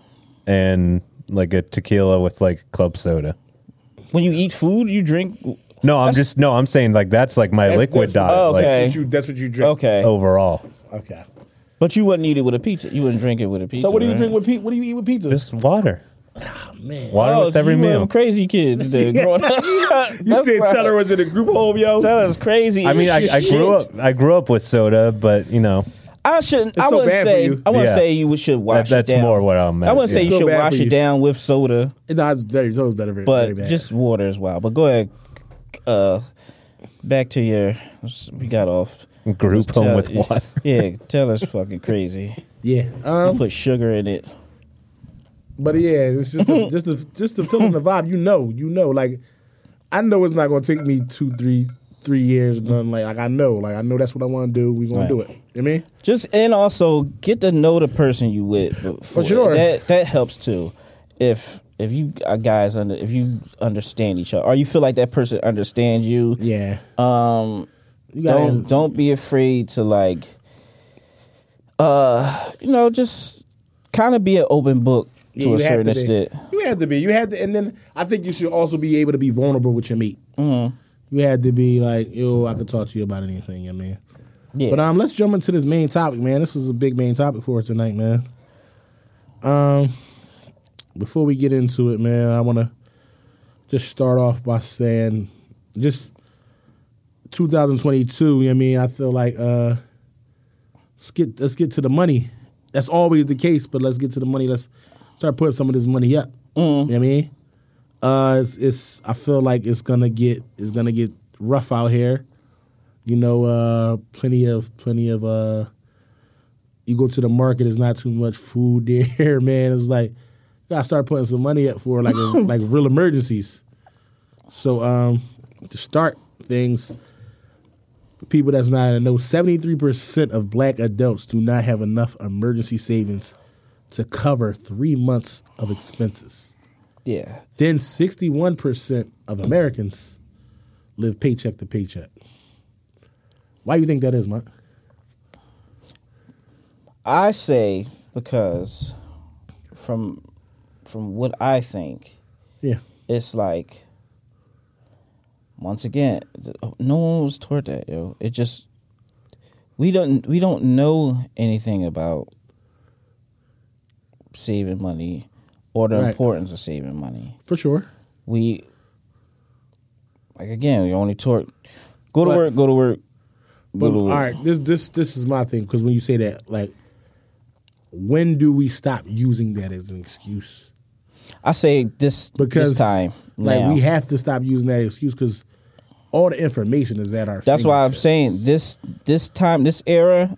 and like a tequila with like club soda. When you eat food, you drink. No, I'm just no. I'm saying like that's like my That's- liquid that's- diet. Oh, okay. Like That's what you, that's what you drink. Okay. Oh. overall, Okay. But you wouldn't eat it with a pizza. You wouldn't drink it with a pizza. So what do you right? drink with pizza? What do you eat with pizza? just water. man. Water Oh, with every you one of them meal. crazy kids. That growing up. you said Teller was in a group home, yo. That was crazy. I mean, I, I grew Shit. up. I grew up with soda, but you know I shouldn't. I so wouldn't bad for say. you. I wouldn't Yeah. say you should wash. that, that's it down. more what I'm. At. I wouldn't say yeah. you So should bad wash for it you. down with soda, No, it's very, it's always better. Very, but bad. just water as well. But go ahead. Uh, back to your. We got off. group Tell- home with water. Yeah, tell us fucking crazy. yeah. Um, Put sugar in it. But yeah, it's just a, just the just the feeling, the vibe. You know, you know. Like I know it's not gonna take me two, three, three years. Nothing like like I know, like I know that's what I want to do. We gonna Right. do it. You mean? Just and also get to know the person you with. before. sure. that that helps too. If if you uh, guys under if you understand each other or you feel like that person understands you, Yeah. um, You gotta- don't don't be afraid to like uh you know just kind of be an open book yeah, to you a have certain be. extent You have to be. You have to, and then I think you should also be able to be vulnerable with your meat. Mm-hmm. You had to be like, yo, I could talk to you about anything, yeah, man. yeah But um, let's jump into this main topic, man. This is a big main topic for us tonight, man. Um, before we get into it, man, I want to just start off by saying, just 2022. You know what I mean, I feel like uh, let's get let's get to the money. That's always the case, but let's get to the money. Let's start putting some of this money up. You know what I mean, uh, it's, it's I feel like it's gonna get it's gonna get rough out here you know uh plenty of plenty of uh you go to the market it's not too much food there man it's like you gotta start putting some money up for like a, like real emergencies so um to start things people that's not in the know 73% of black adults do not have enough emergency savings to cover three months of expenses yeah then 61% of americans live paycheck to paycheck why you think that is mike i say because from from what i think Yeah. it's like once again th- no one was toward that yo it just we don't we don't know anything about saving money or the Right. importance of saving money For sure. we like again we only toward go to But- work go to work But go to all work right, this this this is my thing because when you say that, like, when do we stop using that as an excuse? i say this Because this time like, now. we have to stop using that excuse because all the information is at our. that's why i'm fingertips. saying this this time this era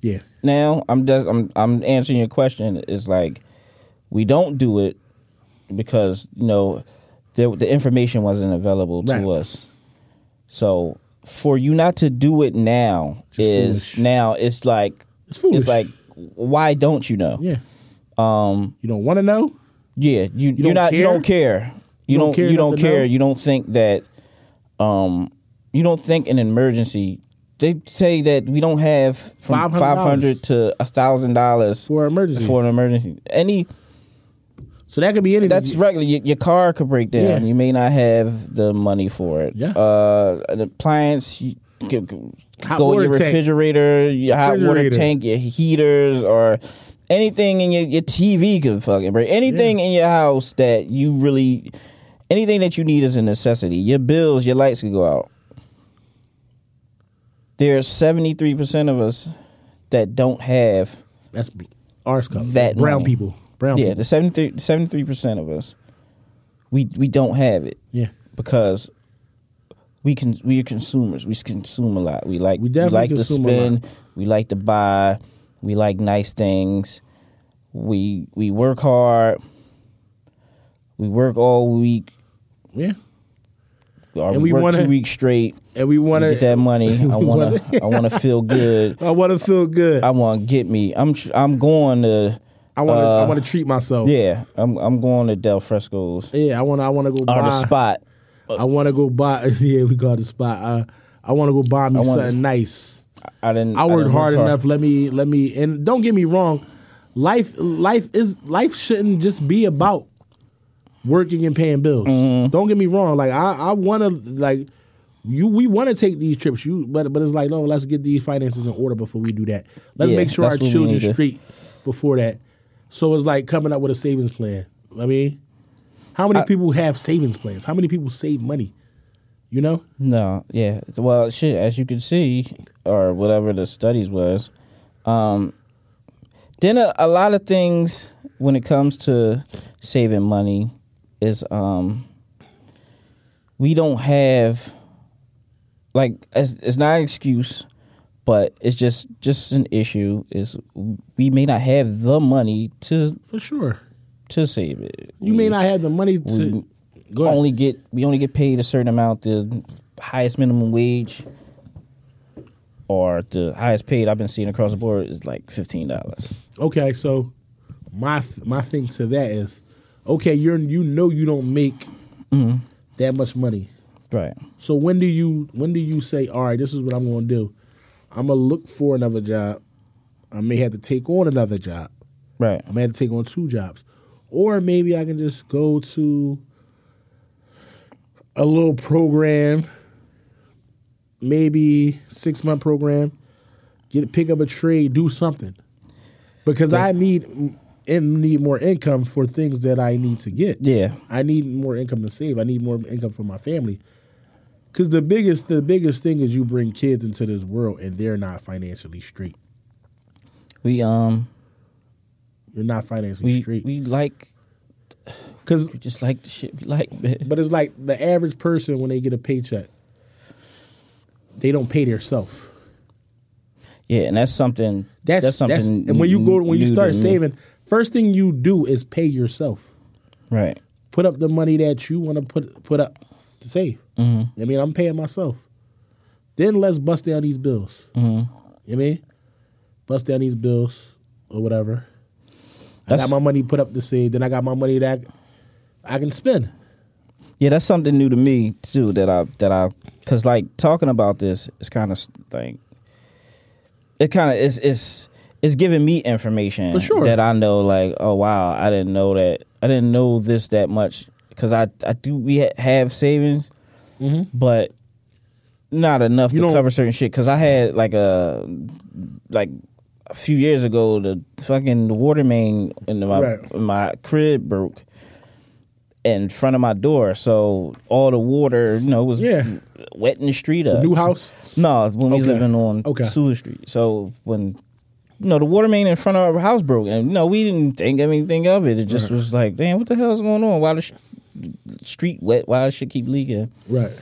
Yeah, now i'm just i'm i'm answering your question is like we don't do it because you know the, the information wasn't available to Right. us so for you not to do it now Just is foolish. now it's like It's foolish. like why don't you know yeah. Um, you don't want to know. yeah, you, you are don't not you care? don't care. You, don't don't, care you enough don't to care. know? You don't think that um you don't think an emergency they say that we don't have from $500 five hundred to a thousand dollars For an emergency. For an emergency. Any So that could be anything. that's regular. Your, your car could break down. Yeah. You may not have the money for it. Yeah. Uh, an appliance. You, could Hot go in water your tank. refrigerator, your hot water Refrigerator. tank, your heaters, or anything in your, your TV could fucking break. Anything in your house that you really, anything that you need is a necessity. Your bills, your lights could go out. There's 73% of us that don't have That's ours color. That brown money. people. Brown yeah, people. the 73 percent of us, we we don't have it Yeah. because we can we are consumers. We consume a lot. We like We we, definitely like to consume a spend. lot. We like to buy. We like nice things. We we work hard. We work all week. Yeah. Or And we, we work wanna- two weeks straight. And we want to get that to. money. I we Oh, want to. I want to feel good. I want to feel good. I I, want to get me. I'm tr- I'm going to. want to. I uh, want to treat myself. Yeah, I'm I'm going to Del Fresco's. Yeah. I want. to I want to go buy. on the spot. I want to go buy. Yeah, we call it a spot. Uh, I want to go buy me wanna- something nice. I didn't. I worked didn't hard work enough. Let me. Let me. And don't get me wrong. Life. Life is. Life shouldn't just be about working and paying bills. Mm-hmm. Don't get me wrong. Like I. I want to. Like you. We want to take these trips. You. But. But it's like no. Let's get these finances in order before we do that. Let's Yeah, make sure our that's what we need children's to- straight before that. So it's like coming up with a savings plan. I mean, how many people have savings plans? How many people save money? You know. No, yeah. Well, shit. As you can see, or whatever the studies was, um, then a, a lot of things when it comes to saving money is um, we don't have like it's, it's not an excuse, but it's just just an issue. Is we may not have the money to For sure. to save it. You may not have the money to go ahead. only get we only get paid a certain amount, the highest minimum wage or the highest paid I've been seeing across the board is like fifteen dollars. Okay, so my th- my thing to that is, okay, you're you know you don't make that much money. Right. So when do you when do you say, all right, this is what I'm going to do? I'm gonna look for another job. I may have to take on another job. Right. I may have to take on two jobs, or maybe I can just go to a little program, maybe six month program, get pick up a trade, do something, because I need and need more income for things that I need to get. Yeah. I need more income to save. I need more income for my family. Cause the biggest the biggest thing is you bring kids into this world and they're not financially straight. We um You're not financially we straight. we like Cause we just like the shit we like, man. But it's like the average person when they get a paycheck, they don't pay themselves. Yeah, and that's something That's, that's, that's something and when you go when new you to start me. saving, first thing you do is pay yourself. Right. Put up the money that you want to put put up to save. Mm-hmm. I mean, I'm paying myself. Then let's bust down these bills. Mm-hmm. You know what I mean, bust down these bills or whatever. I That's- got my money put up to save. Then I got my money that I can spend. Yeah, that's something new to me too. That I that I because like talking about this is kind of like it kind of is it's it's giving me information For sure. that I know like oh wow I didn't know that I didn't know this that much because I I do we ha- have savings, but not enough Mm-hmm. You to don't- cover certain shit. Because I had like a like a few years ago the fucking the water main in my Right. in my crib broke in front of my door, so all the water you know was Yeah. wet in the street up. New house. No, when we was Okay. living on Okay. Seward Street. So when you know the water main in front of our house broke, and you know we didn't think anything of it. It just was like, damn, what the hell is going on? Why the sh- street wet? Why does shit keep leaking? Right.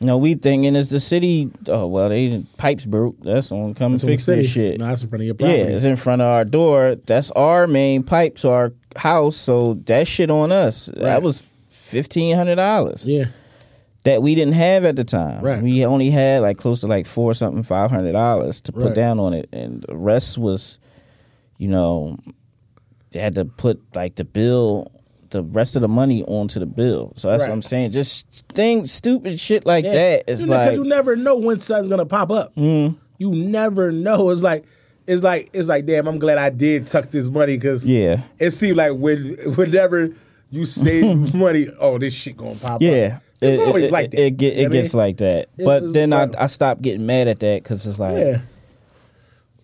You know, we thinking it's the city. Oh well, they pipes broke. That's on come and That's what fix we say. this shit. No, that's in front of your yeah, property. it's in front of our door. That's our main pipe to our house. So that shit on us. Right. That was fifteen hundred dollars yeah. that we didn't have at the time. Right. We only had like close to like four something five hundred dollars to put Right. down on it, and the rest was, you know, they had to put like the bill, the rest of the money onto the bill. So that's Right. what I'm saying. Just things, stupid shit like that. It's you like Mm-hmm. because you never know when something's gonna pop up. You never know. It's like it's like it's like damn. I'm glad I did tuck this money because Yeah. it seemed like when whenever you save money, oh this shit gonna pop up. Yeah. it's it, always it, like it, that. It, get, You know it what I gets mean? like that. It- but it's then I, like- I stopped getting mad at that because it's like, Yeah.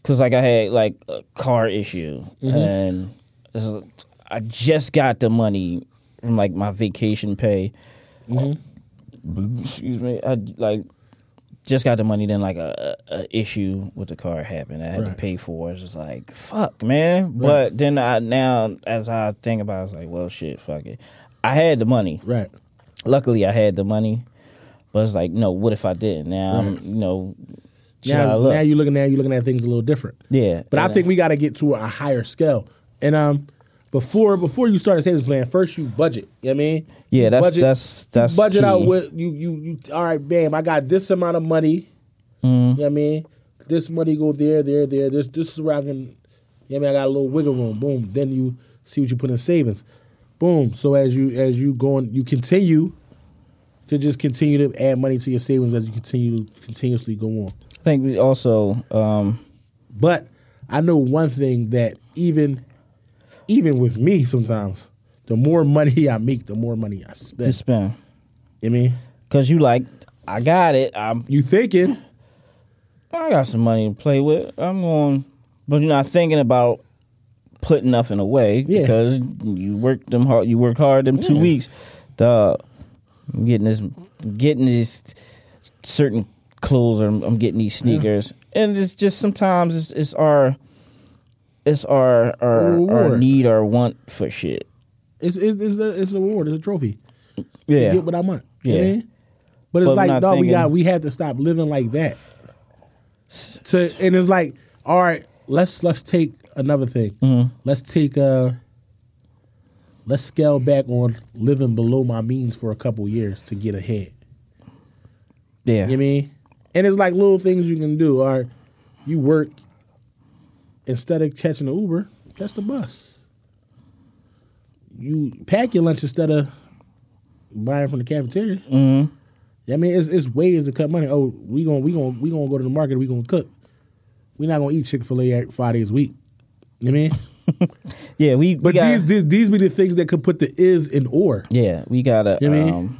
because like I had like a car issue Mm-hmm. and this is- I just got the money from like my vacation pay. Mm-hmm. Excuse me, I like just got the money. Then like a, a a issue with the car happened. I had to Right. pay for. it. It's just like fuck, man. But then I now as I think about, it, I was like, well, shit, fuck it. I had the money Right. luckily I had the money, but it's like, no, what if I didn't? Now I'm, you know, should I Now, look? now you're looking at you're looking at things a little different. yeah, But I and, think we got to get to a higher scale. And um, before before you start a savings plan, first you budget. You know what I mean? Yeah, You that's- budget, that's- that's you budget out key. what you you you. All right, bam! I got this amount of money. Mm, You know what I mean? This money go there, there, there. This this is where I can. You know what I mean? I got a little wiggle room. Boom. Then you see what you put in savings. Boom. So as you as you going, you continue to just continue to add money to your savings as you continue to continuously go on. I think we also, um, But I know one thing that even even with me sometimes, the more money I make, the more money I spend. just spend you mean? because you like, I got it. I'm, You thinking, I got some money to play with. I'm going, but you're not thinking about putting nothing away Yeah. because you worked them hard. You worked hard them two weeks. The I'm getting this, getting these certain clothes, or I'm, I'm getting these sneakers, and it's just sometimes it's, it's our it's our our, our Reward. need or want for shit. it's it's it's a, it's a reward, it's a trophy. Yeah, You get what I want. You Yeah. mean? But it's But I'm like, not dog, we thinking- got we have to stop living like that. To and it's like, all right, let's let's take another thing. Mm-hmm. Let's take uh let's scale back on living below my means for a couple years to get ahead. You yeah, know what I mean? And it's like little things you can do. All right, you work instead of catching the Uber, catch the bus. You pack your lunch instead of buying from the cafeteria. Mm-hmm. I mean, it's, it's ways to cut money. Oh, we gonna we gonna we gonna go to the market. We gonna cook. We're not gonna eat Chick Fil A five days a week. You know what I mean? yeah. We, we But got, these, these these be the things that could put the is in or, yeah, we gotta. You know what I mean? um,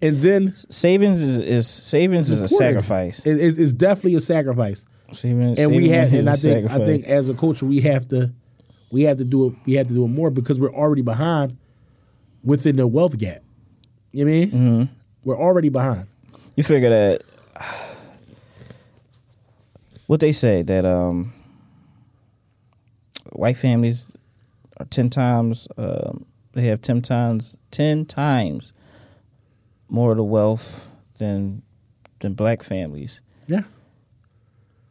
and then savings is, is savings is a important. sacrifice. It- it- it's definitely a sacrifice. Savings, and we savings have, is and a I think I sacrifice. think as a culture we have to we have to do it we have to do it more because we're already behind within the wealth gap. You know what I mean? Mm-hmm. We're already behind. you figure that what they say that um white families are 10 times um they have 10 times 10 times more of the wealth than than black families Yeah.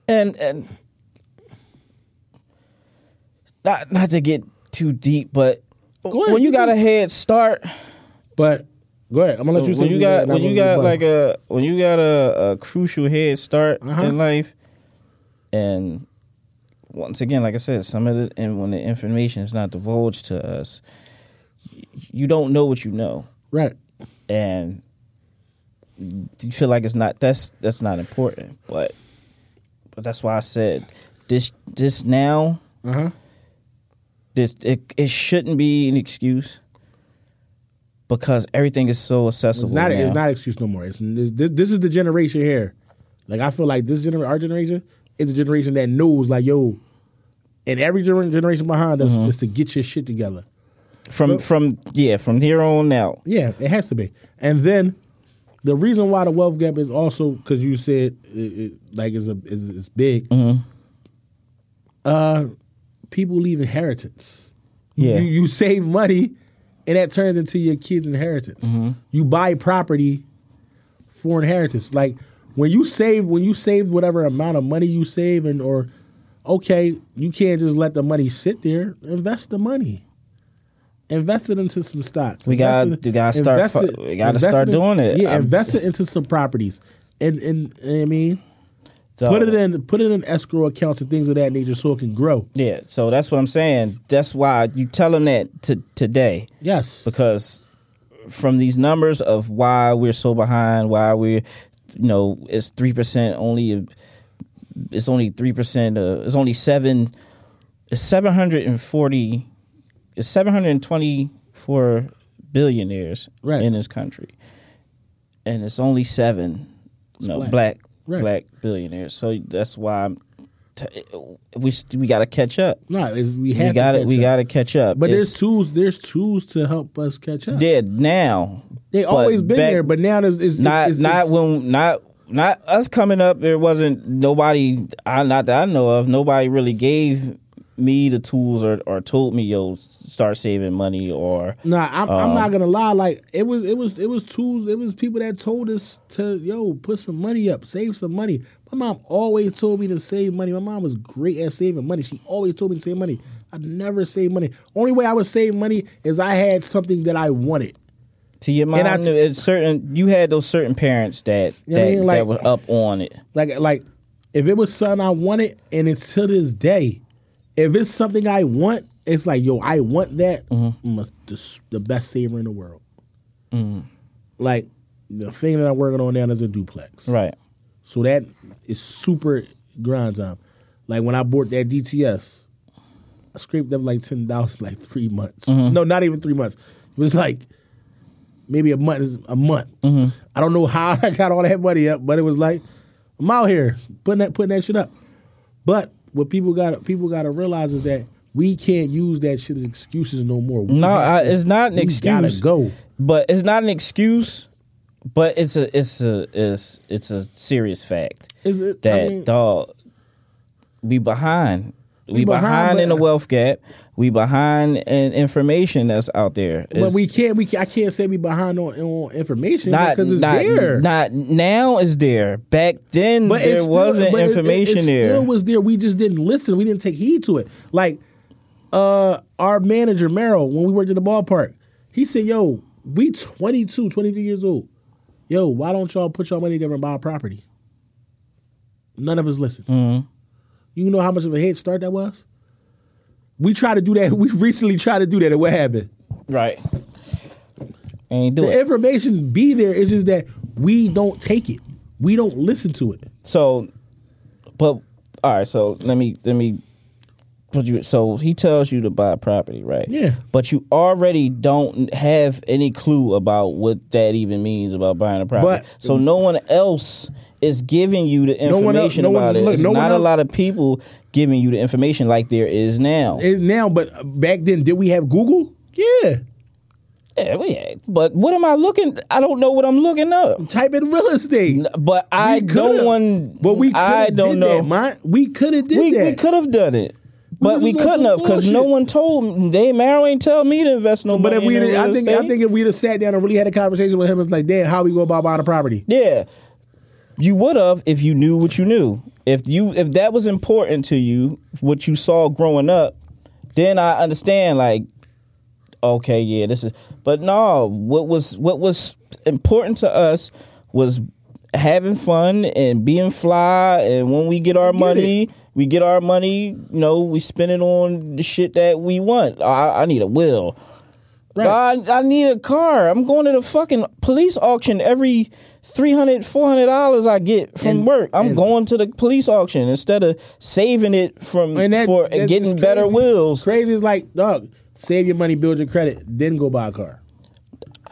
and and not not to get too deep but Go ahead, when you you got a can- head start But go ahead. I'm gonna let you. Uh, when say you what got and when I'm you gonna got keep like going. a when you got a, a crucial head start Uh-huh. in life, and once again, like I said, some of the and when the information is not divulged to us, y- you don't know what you know, right. and you feel like it's not that's that's not important, but but that's why I said this this now Uh huh. this it, it shouldn't be an excuse because everything is so accessible. It's not. now. It's not an excuse no more. It's, it's this, this is the generation here. Like I feel like this gener our generation is a generation that knows like yo, and every gener- generation behind Mm-hmm. us is to get your shit together. from from yeah from here on out. Yeah, it has to be. And then the reason why the wealth gap is also because you said it, it, like it's a is it's big. Uh, people leave inheritance. Yeah. you, you save money, and that turns into your kids' inheritance. Mm-hmm. You buy property for inheritance. Like when you save, when you save whatever amount of money you save, and or okay, you can't just let the money sit there. Invest the money. Invest it into some stocks. We got- Invest it- we gotta start invest fu- it- we gotta invest start in- doing it. Yeah, I'm- invest it into some properties, and and, and I mean, So- put it in put it in escrow accounts and things of that nature so it can grow. Yeah, so that's what I'm saying. That's why you tell them that to today Yes, because from these numbers of why we're so behind, why we're you know it's three percent only, it's only three percent, uh, it's only seven, it's seven hundred and forty, it's seven hundred and twenty four billionaires Right. in this country, and it's only seven, no black. black, Right. black, billionaires. So that's why I'm t- we we got to catch up. no, it's, we have We got to to We catch up. got to catch up. But It's- there's tools. There's tools to help us catch up. did now. They but always been back- there, but now there's it's, not it's, not it's, when not not us coming up. There wasn't nobody. I not that I know of. Nobody really gave me the tools or or told me yo start saving money or Nah, I'm, um, I'm not gonna lie. Like it was, it was, it was tools. It was people that told us to yo put some money up, save some money. My mom always told me to save money. My mom was great at saving money. She always told me to save money. I never saved money. Only way I would save money is I had something that I wanted. to your And I mom. t- it's certain you had those certain parents that You know what I that, mean? Like- that were up on it. Like like if it was something I wanted, and it's to this day, if it's something I want, it's like yo, I want that. I'm a- the, s- the best saver in the world. Like the thing that I'm working on now is a duplex. Right. So that is super grind time. Like when I bought that DTS, I scraped up like ten thousand like three months. Mm-hmm. No, not even three months. It was like maybe a month. A month. Mm-hmm. I don't know how I got all that money up, but it was like I'm out here putting that putting that shit up. But what people got people got to realize is that we can't use that shit as excuses no more. We No, have I, to- it's not an we excuse. Gotta go. But it's not an excuse. But it's a it's a it's it's a serious fact. Is it- that I mean- dog we behind we, behind, behind, in the but- wealth gap we behind in information that's out there But It's we can't. We can't, I can't say we behind on, on information not, because it's not, there. not now is there back then But there it's still- wasn't but it- it- information it there Still was there. We just didn't listen. We didn't take heed to it. Like uh our manager Merrill, when we worked at the ballpark, he said, "Yo, we 22, 23 years old. Yo, why don't y'all put y'all money together and buy a property?" None of us listened. Mm-hmm. You know how much of a head start that was. We tried to do that. We recently tried to do that, and what happened? right ain't do The it information be there. It's just that we don't take it. We don't listen to it. so but all right so let me let me put you so he tells you to buy property right Yeah. but you already don't have any clue about what that even means about buying a property But- so no one else is giving you the No one else- information no one- about it look, It's no one not a else- lot of people giving you the information like there is now is now, but back then, did we have Google? Yeah. Eh, yeah, we had- but what am i looking i don't know what i'm looking up Type in real estate. but i We coulda- no one But we coulda i don't did know That, man. We could have did we, that. we could have done it, but was we doing couldn't some have because no bullshit. one told. me. They Marrow ain't tell me to invest no But money. if we, in did, real I think, I estate. think if we'd have sat down and really had a conversation with him, it's like, damn, how we go about buying a property? yeah, you would have if you knew what you knew. If you if that was important to you, what you saw growing up, then I understand. Like, okay, yeah, this is. But no, what was what was important to us was having fun and being fly. And when we get our get money, we get our money. You know, we spend it on the shit that we want. I, I need a will. Right. I, I need a car. I'm going to the fucking police auction every 300 $400 I get from And- work. I'm and- going to the police auction instead of saving it from And that, for that's getting just better crazy. wills. Crazy is like, dog, save your money, build your credit, then go buy a car.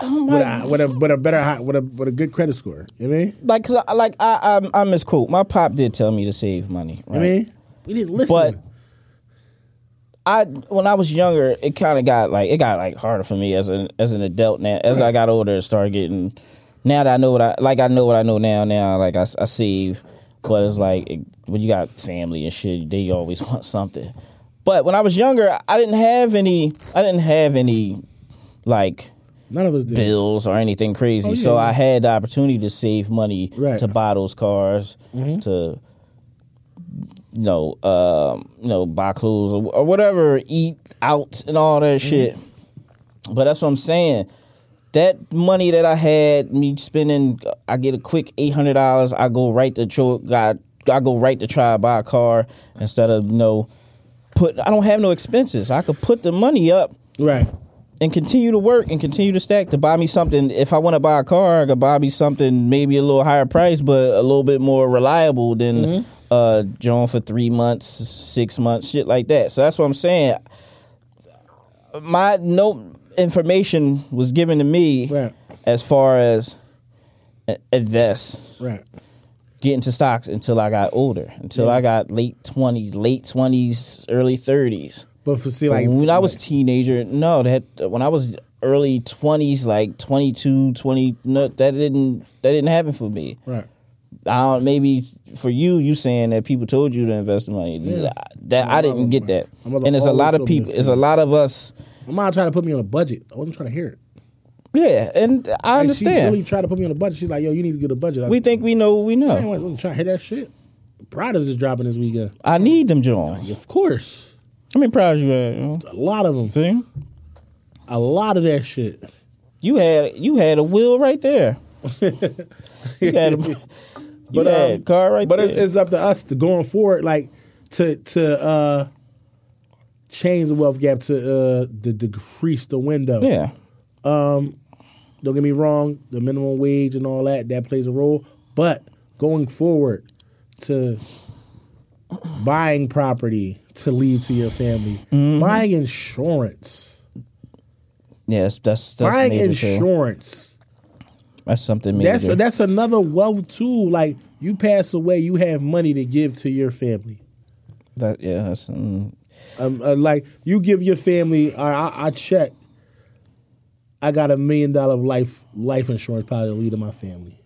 Oh with my a, with a with a better high, with a with a good credit score. You know what I mean? like, cause I, like I, I, I misquote. My pop did tell me to save money. You know Right? what I mean, we didn't listen. but I, when I was younger, it kind of got like it got like harder for me as an as an adult now. As I got older, it started getting. Now that I know what I like, I know what I know now. Now, like I, s- I save, but it's like it, when you got family and shit, they always want something. But when I was younger, I didn't have any. I didn't have any, like None of us did. bills or anything crazy. Oh, yeah, So yeah. I had the opportunity to save money Right. Mm-hmm. to buy those cars, to you know, um, you know, buy clothes or, or whatever, eat out and all that Mm-hmm. shit. But that's what I'm saying. That money that I had, me spending, I get a quick eight hundred dollars. I go right to tro- got, I go right to try to buy a car instead of you know, put. I don't have no expenses. I could put the money up Right. and continue to work and continue to stack to buy me something. If I want to buy a car, I could buy me something maybe a little higher price, but a little bit more reliable than uh John for three months, six months, shit like that. So that's what I'm saying. My no information was given to me Right. as far as uh, invest Right. get into stocks until I got older, until I got late twenties, late twenties, early thirties. But for see, like when I was teenager, no, that when I was early twenties, like 22, 20, no, that didn't that didn't happen for me. right. I don't, maybe for you, you saying that people told you to invest the money. Yeah. That My I didn't mother- get that, my mother and it's a always lot of told me people. this It's a thing. lot of us. My mom tried to put me on a budget. I wasn't trying to hear it. Yeah, and I Like, She understand. really tried to put me on a budget. She's like, "Yo, you need to get a budget." I, we think we know. We I know. wasn't trying to hear that shit. Prada's is dropping this weekend. I need them, John. Of course, How many prize you had? John? a lot of them. See, A lot of that shit. you had you had a will right there. You had a, you had a um, car right but there. it's, it's up to us to going forward, like to to uh change the wealth gap to uh to decrease the window. yeah, Don't get me wrong, the minimum wage and all that that plays a role, but going forward to buying property to leave to your family, Mm-hmm. buying insurance, yeah. That's that's, that's buying major too. insurance. That's something major. That's that's another wealth tool. Like you pass away, you have money to give to your family. that yeah. That's mm, um, uh, like you give your family I, I, I check i got a million dollar life life insurance policy to my family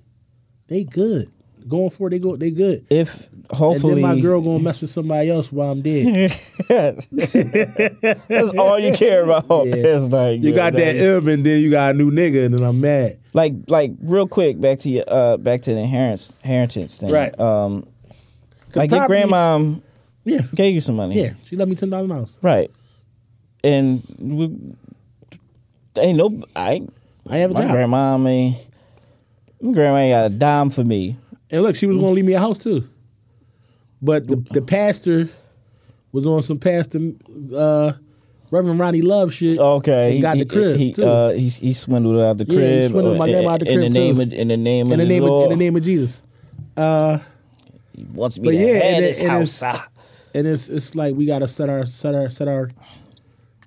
they good going for it they go they good if hopefully and then my girl gonna mess with somebody else while i'm dead that's all you care about. It's like you got that M and then you got a new nigga and then i'm mad like like real quick back to your uh back to the inheritance inheritance thing. Right. Um, like your property- grandma yeah gave you some money. yeah she left me ten thousand dollars Right. And we, ain't no I i have a my job grandma ain't my grandma ain't got a dime for me. and look she was gonna leave me a house too but the, the pastor was on some pastor uh reverend ronnie love shit Okay, and got the crib He, too. uh, he he swindled out the Yeah, he crib. swindled my uh, grandma out the in crib, the name too. of in the name in of the name of, Lord. in the name of Jesus. He wants me But to yeah, have and, this it- and house. it's and it's it's like we gotta set our set our set our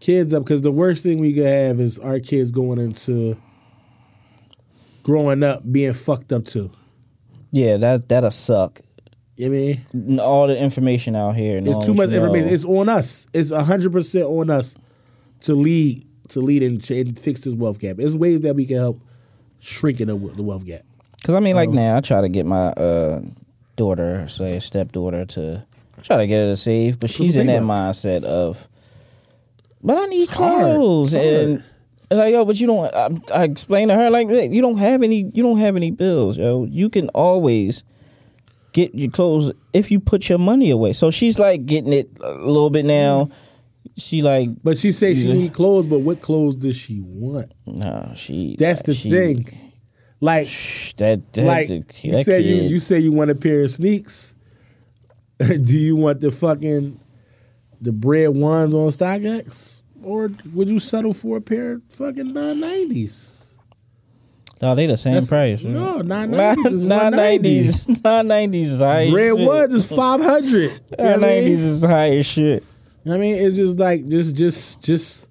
kids up because the worst thing we could have is our kids going into growing up being fucked up too. yeah, that that'll suck. You know what I mean? And All the information out here. and all It's too much what you know. information. It's on us. It's hundred percent on us to lead to lead and, ch- and fix this wealth gap. There's ways that we can help shrinking the, we- the wealth gap. Cause I mean, Oh. like now, I try to get my uh, daughter, say stepdaughter, to try to get her to save, but she's in that paper. mindset of, but I need hard. clothes It's and. it's Like yo, but you don't. I, I explained to her like "Look, you don't have any. You don't have any bills, yo. You can always get your clothes if you put your money away. So she's like getting it a little bit now. She like, But she says she Yeah. need clothes, but what clothes does she want? no, she. That's the she- thing. Like That, that like that you say you, kid- you say you want a pair of sneaks. Do you want the fucking the bread ones on StockX, or would you settle for a pair of fucking nine nineties? No, they the same That's- price. no, 990s is 190s. Nine nineties is high. as Bread shit. ones is five hundred. you know Nine what I mean? nineties is high as shit. You know what I mean, it's just like just just just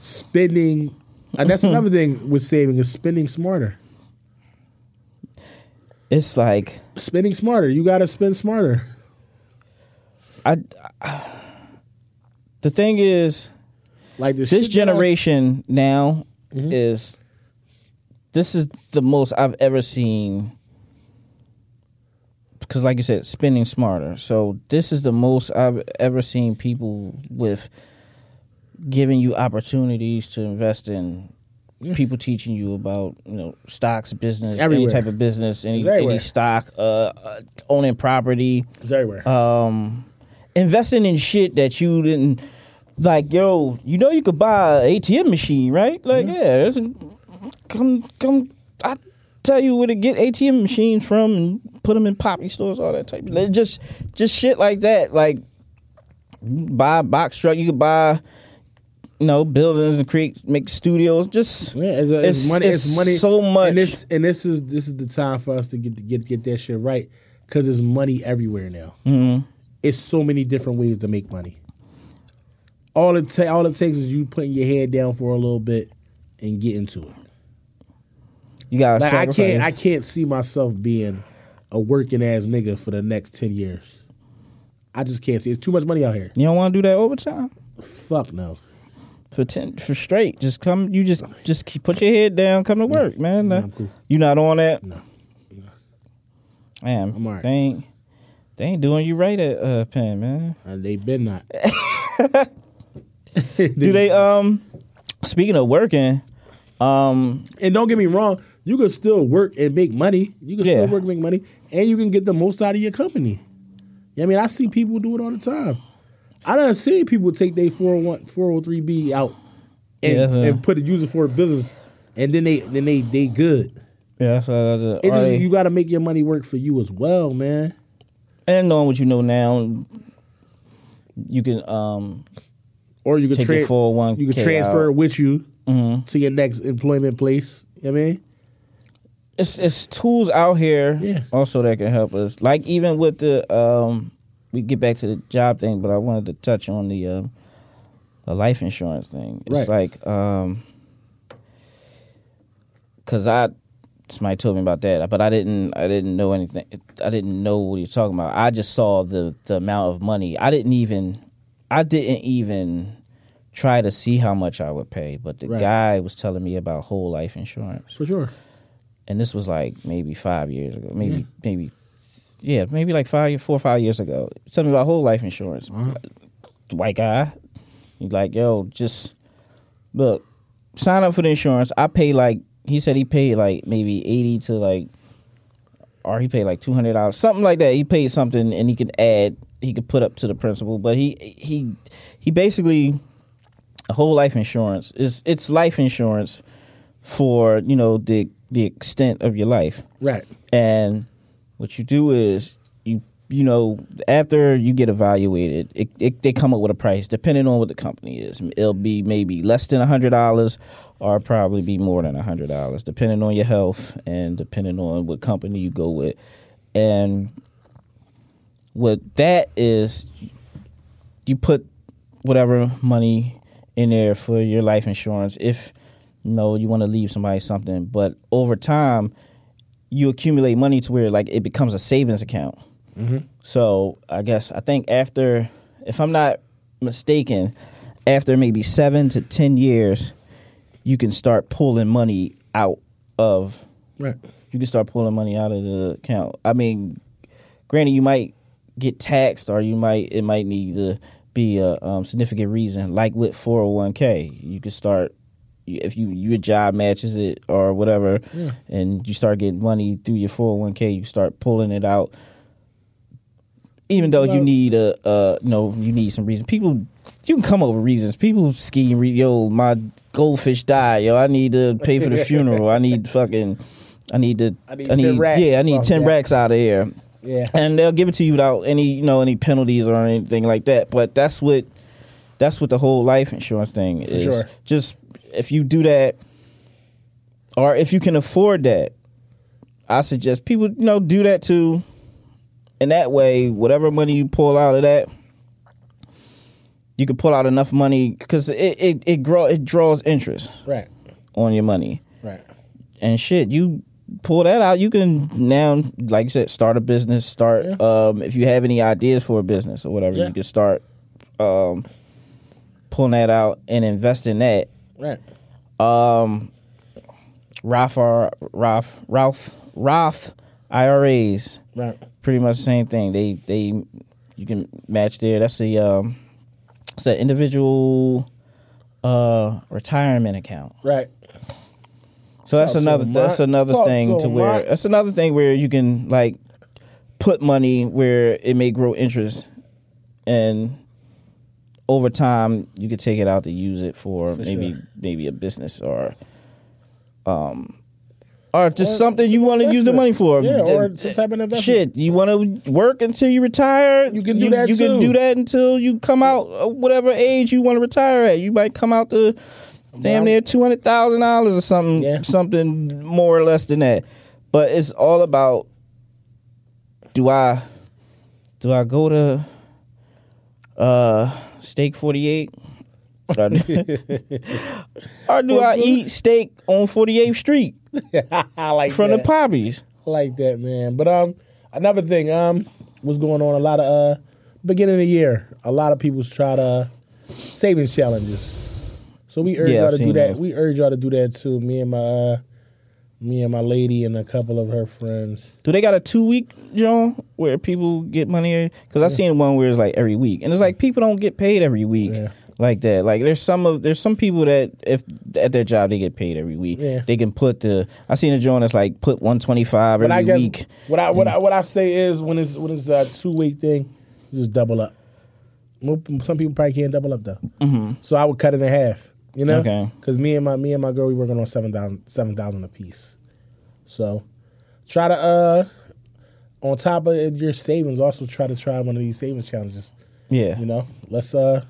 spending And that's another thing with saving is spending smarter. It's like Spending smarter. You got to spend smarter. I. the thing is, Like the this shit Mm-hmm. that I- generation now is. This is the most I've ever seen. Because, like you said, spending smarter. So this is the most I've ever seen people with giving you opportunities to invest in. People teaching you about you know stocks, business, any everywhere. type of business, any, It's any everywhere. stock, uh, uh, owning property, It's everywhere. um, investing in shit that you didn't like. Yo, you know you could buy an ATM machine, right? Like, Mm-hmm. yeah, there's a, come come. I tell you where to get ATM machines from and put them in poppy stores, all that type. Of, just just shit like that. Like, you can buy a box truck. You could buy. You know, buildings and create, make studios. Just yeah, it's, it's money. It's, money. So much. And this and this is this is the time for us to get to get get that shit right because there's money everywhere now. Mm-hmm. It's so many different ways to make money. All it ta- all it takes is you putting your head down for a little bit and get into it. you got. Like I can't I can't see myself being a working ass nigga for the next ten years. I just can't see. It's too much money out here. You don't want to do that overtime. Fuck no. for ten for straight. Just come. You just just keep, put your head down. Come to work, man. Nah, Uh, I'm cool. You not on that? No. Damn, I'm all right. they ain't they ain't doing you right at uh, Penn, man. Uh, they been not. Do they? Um, speaking of working, um, And don't get me wrong, you can still work and make money. You can Yeah. still work and make money, and you can get the most out of your company. Yeah, I mean, I see people do it all the time. I done see people take their 401 403b out and, Yeah, yeah. and put it use it for a business, and then they then they they good. yeah, that's what I did. It just Alright. you got to make your money work for you as well, man. and knowing what you know now, you can um Or you could Take your tran- 401k you could transfer out. it with you mm-hmm. to your next employment place. You know what I mean, it's it's tools out here Yeah. also that can help us. Like even with the um we get back to the job thing, but I wanted to touch on the um the life insurance thing. It's Right. like um cuz I somebody told me about that, but I didn't I didn't know anything. I didn't know what you're talking about. I just saw the the amount of money. I didn't even I didn't even try to see how much I would pay, but the Right. guy was telling me about whole life insurance for sure. and this was like maybe five years ago, maybe maybe yeah, maybe like five, four or five years ago. Something about whole life insurance. The White guy, he's like, yo, just look, sign up for the insurance. I pay like he said he paid like maybe eighty to like, or he paid like two hundred dollars, something like that. He paid something, and he could add, he could put up to the principal, but he he he basically a whole life insurance is it's life insurance for you know the the extent of your life Right, and what you do is you you know after you get evaluated, it, it they come up with a price depending on what the company is. It'll be maybe less than hundred dollars, or probably be more than hundred dollars, depending on your health and depending on what company you go with. And what that is, you put whatever money in there for your life insurance if you know you want to leave somebody something. But over time, you accumulate money to where like it becomes a savings account. So I guess I think after, if I'm not mistaken, after maybe seven to ten years, you can start pulling money out of right. you can start pulling money out of the account. I mean, granted, you might get taxed, or you might it might need to be a um, significant reason, like with four hundred one k. You can start if you your job matches it or whatever, and you start getting money through your four hundred one k. You start pulling it out, even though you Well- need a, a you know you need some reason. People. You can come up with reasons. People ski and re- yo, my goldfish died. Yo, I need to pay for the funeral. I need fucking, I need to I need 10 racks yeah, I need off ten that. racks out of here, Yeah, and they'll give it to you without any you know any penalties or anything like that. But that's what that's what the whole life insurance thing is. sure. Just if you do that, or if you can afford that, I suggest people you know do that too. And that way, whatever money you pull out of that, you can pull out enough money because it it it, grow, it draws interest right. on your money. Right. and shit, you pull that out, you can now, like you said, start a business. Start um, if you have any ideas for a business or whatever, Yeah. you can start um, pulling that out and invest in that. Right. Roth, R- Roth, Roth, Roth IRAs, Right. pretty much the same thing. They they you can match there. That's the um, it's that individual uh retirement account. Right. So that's Talk to another him, that's Mark. another Talk thing to to him, where Mark. that's another thing where you can like put money where it may grow interest and over time you could take it out to use it for, maybe sure. maybe a business or um or just something you want to use the investment. money for. Yeah, Th- or some type of investment. Shit, you want to work until you retire. You can do that You too. can do that until you come out, uh, whatever age you want to retire at. You might come out to damn near two hundred thousand dollars or something, Yeah. something more or less than that. But it's all about do I do I go to uh steak forty eight? or do I eat steak on 48th Street I like from that. the Poppies? I like that, man. But um, another thing um, what's going on? A lot of uh, beginning of the year, a lot of people's try to savings challenges. So we urge Yeah, y'all I've to do seen that. those. We urge y'all to do that too. Me and my uh, me and my lady and a couple of her friends. Do they got a two week John where people get money? Because I seen one where it's like every week, and it's like people don't get paid every week Yeah. like that. Like there's some of there's some people that if at their job they get paid every week, Yeah. they can put the I seen a John that's like put one twenty five But every I guess week. what I what I what I say is when it's when it's a two week thing, you just double up. Mo- Some people probably can't double up though. Mm-hmm. So I would cut it in half. You know, Okay. Because me and my me and my girl we working on seven thousand seven thousand a piece. So try to uh on top of your savings, also try to try one of these savings challenges. Yeah, You know, let's uh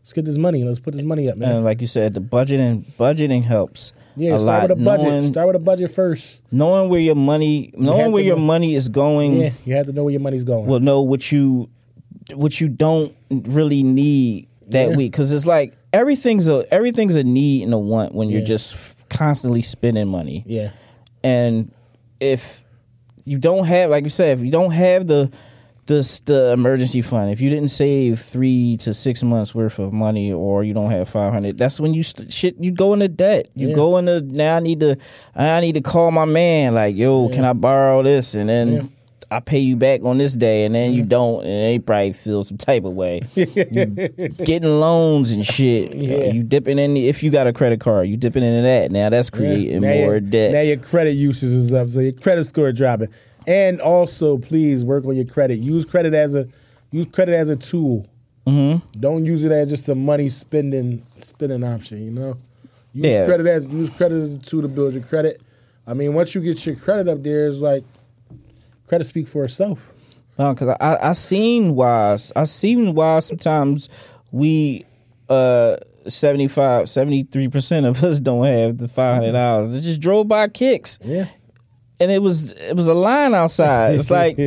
let's get this money. Let's put this money up, man. and like you said, the budgeting budgeting helps. yeah, a start lot. with a budget. Knowing, start with a budget first. knowing where your money, knowing have where to your know. money is going, Yeah, you have to know where your money's going. will know what you what you don't really need that Yeah. week because it's like everything's a everything's a need and a want when you're Yeah. just f- constantly spending money yeah. and if you don't have like you said if you don't have the this the emergency fund if you didn't save three to six months worth of money or you don't have 500 that's when you st- shit you go into debt you Yeah. go into now i need to i need to call my man like yo can i borrow this and then Yeah. I pay you back on this day, and then you don't, and they probably feel some type of way. You getting loans and shit. Yeah. You dipping in if you got a credit card, you dipping into that. Now that's Yeah. creating Now more your, debt. Now your credit usage is up, so your credit score dropping. And also, please work on your credit. Use credit as a use credit as a tool. Mm-hmm. Don't use it as just a money spending spending option. You know, use Yeah. credit as use credit as a tool to build your credit. I mean, once you get your credit up there, it's like credit speak for itself. No, because I I seen why I seen why sometimes we uh 75 73 percent of us don't have the five hundred Mm-hmm. dollars. It just drove by kicks, Yeah, and it was it was a line outside. It's like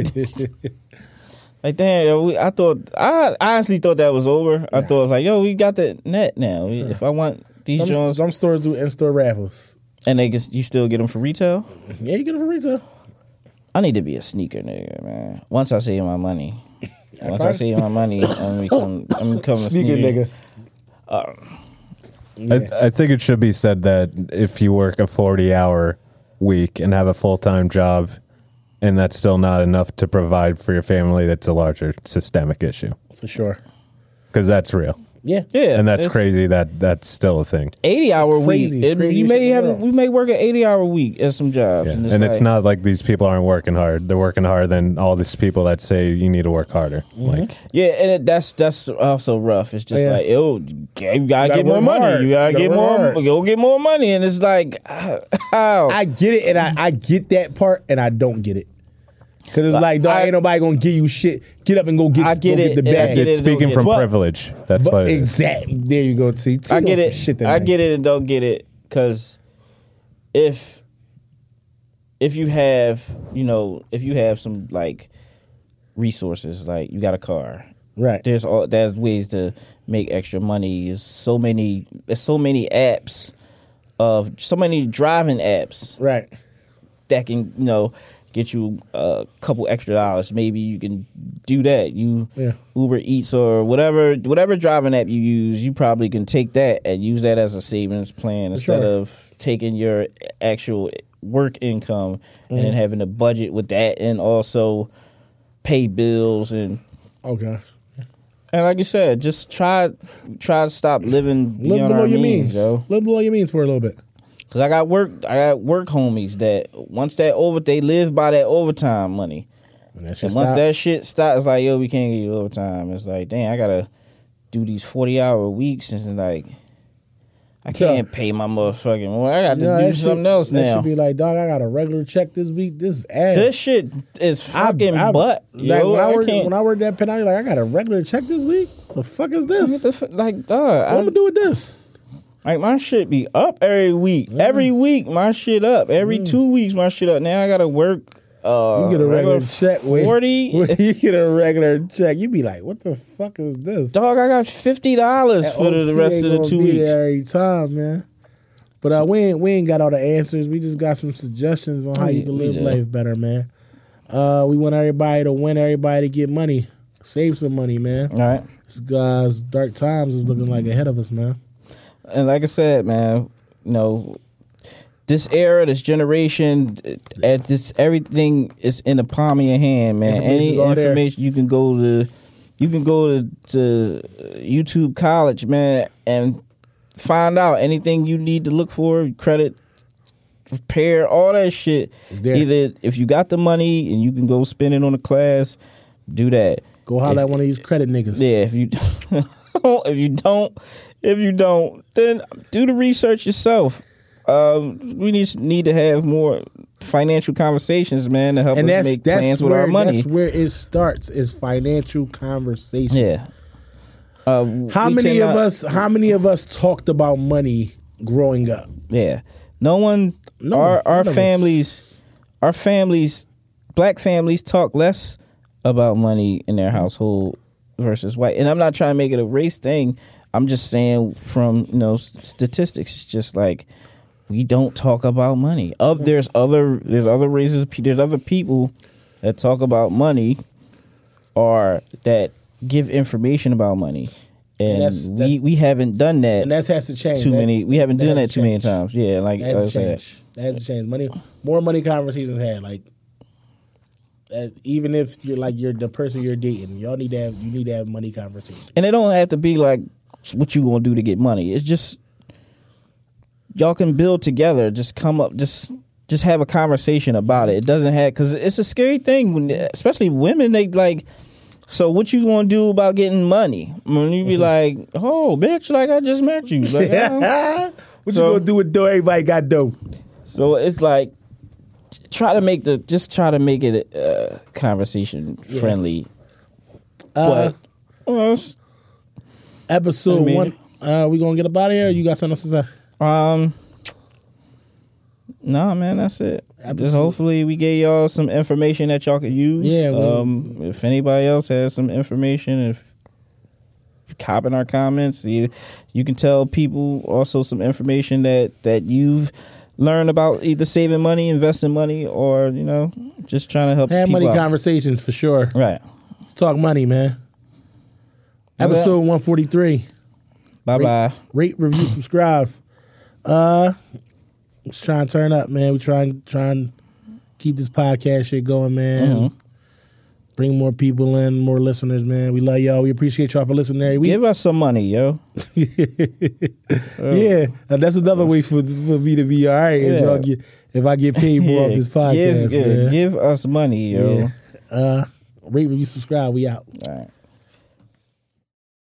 like damn, we, I thought I honestly thought that was over. I thought it was like yo, we got the net now. We- If I want these some, joints, some stores do in store raffles. and they just you still get them for retail. Yeah, you get it for retail. I need to be a sneaker nigga, man. Once I save my money. Once I fine. save my money, I'm become I'm becoming a Sneaker nigga. I, I think it should be said that if you work a 40 hour week and have a full time job, and that's still not enough to provide for your family, that's a larger systemic issue for sure. because that's real. Yeah, Yeah, and that's it's crazy that that's still a thing. Eighty hour Crazy, week. It- crazy you shit may in the have world. we may work an eighty hour week at some jobs, Yeah. and it's, and it's like- not like these people aren't working hard. They're working harder than all these people that say you need to work harder. Mm-hmm. Like Yeah, and it, that's that's also rough. It's just Yeah. like oh, you gotta, you gotta get work more money. hard. You gotta, You gotta get work more. hard. Go get more money, and it's like how? I get it, and I, I get that part, and I don't get it. Cause it's like, dog, I- ain't nobody gonna give you shit. Get up and go get. I get go it, Get the and I bag. get it's it, don't speaking get from it. But- privilege. That's But what it is. exactly. There you go. T. T I on get some it. Shit that I night. get it and don't get it because if if you have you know if you have some like resources like you got a car Right. there's all there's ways to make extra money there's so many there's so many apps of so many driving apps Right. that can you know get you a couple extra dollars. Maybe you can do that. You Yeah. Uber Eats or whatever whatever driving app you use, you probably can take that and use that as a savings plan instead sure. of taking your actual work income and Mm-hmm. then having to budget with that and also pay bills and Okay. and like you said, just try try to stop living Live beyond below our your means, means. yo. Live below your means for a little bit. Cause I got work, I got work homies that once that over, they live by that overtime money. And that shit And once stop. that shit stops, it's like, yo, we can't get you overtime. It's like, dang, I gotta do these forty hour weeks, and it's like, I can't pay my motherfucking. Well, I got to Yeah, do that something shit- else that now. should be like, dog, I got a regular check this week. This is ass. this shit is fucking butt. Like, yo, when, I I, worked, can't. when I worked at Penn, I was like, I got a regular check this week? The fuck is this? What the fu- like, what am I dog, gonna do with this? like my shit be up every week. Every week, my shit up. Every two weeks, my shit up. Now I gotta work. Uh, Mm. You get a regular check with forty. when you get a regular check. You be like, what the fuck is this? Dog, I got fifty dollars That for the, the OT rest ain't of the gonna two be weeks. there Every time, man. But uh, we ain't we ain't got all the answers. We just got some suggestions on how you Yeah, can we live do. life better, man. Uh, we want everybody to win. Everybody to get money, save some money, man. All right. This guy's dark times is looking like ahead of us, man. and like I said, man, you know, this era, this generation, at this everything is in the palm of your hand, man. Any Information's all there. information you can go to, you can go to, to YouTube College, man, and find out anything you need to look for, credit, repair, all that shit. It's there. Either if you got the money and you can go spend it on a class, do that. Go holler If- at one of these credit niggas. yeah, if you if you don't if you don't, then do the research yourself. Um, we need need to have more financial conversations, man, to help and us that's make that's plans where with our money. that's where it starts is financial conversations. Yeah. Um, How we many tend of not- us? How many of us talked about money growing up? Yeah. No one. No one- our none our of us. families, our families, black families talk less about money in their household versus white. And I'm not trying to make it a race thing. I'm just saying from you know s- statistics, it's just like we don't talk about money. Of there's other there's other races. pe- There's other people that talk about money or that give information about money. And, that's- we, that's- we haven't done that And that has to change. too That- many. We haven't done has that to too many change. times. Yeah, like That I has to said, change. That has to change. Money, more money conversations had like. that- even if you're like you're the person you're dating, y'all need to have you need to have money conversations. and it don't have to be like what you gonna do to get money. It's just y'all can build together. Just come up. Just just have a conversation about it. It doesn't have because it's a scary thing when, especially women. They like. So what you gonna do about getting money? When you be Mm-hmm. like, oh, bitch, like I just met you. Like, I don't- what So- you gonna do with dough? Everybody got dough. So it's like try to make the just try to make it uh, conversation friendly. Uh, but well, it's- Episode I mean- one. Uh, we gonna get up out of here. Or you got something else to say? um, no, man, that's it. Just Absolute- hopefully we gave y'all some information that y'all could use. Yeah, we- um, if anybody else has some information, if cop in our comments, you you can tell people also some information that that you've learned about either saving money, investing money, or you know just trying to help Have people money out. conversations for sure. Right. Let's talk money, man. Yeah. Episode one forty three. Bye bye. Rate, review, subscribe. Uh, let's try and turn up, man. We try and try and keep this podcast shit going, man. Uh-huh. Bring more people in, more listeners, man. We love y'all. We appreciate y'all for listening every week. Give us some money, yo. yeah, and that's another way for, for me to be all right. Is Yeah. y'all get, if I get paid more off this podcast, give, man. give us money, yo. Yeah. Uh, rate, review, subscribe. We out. All right.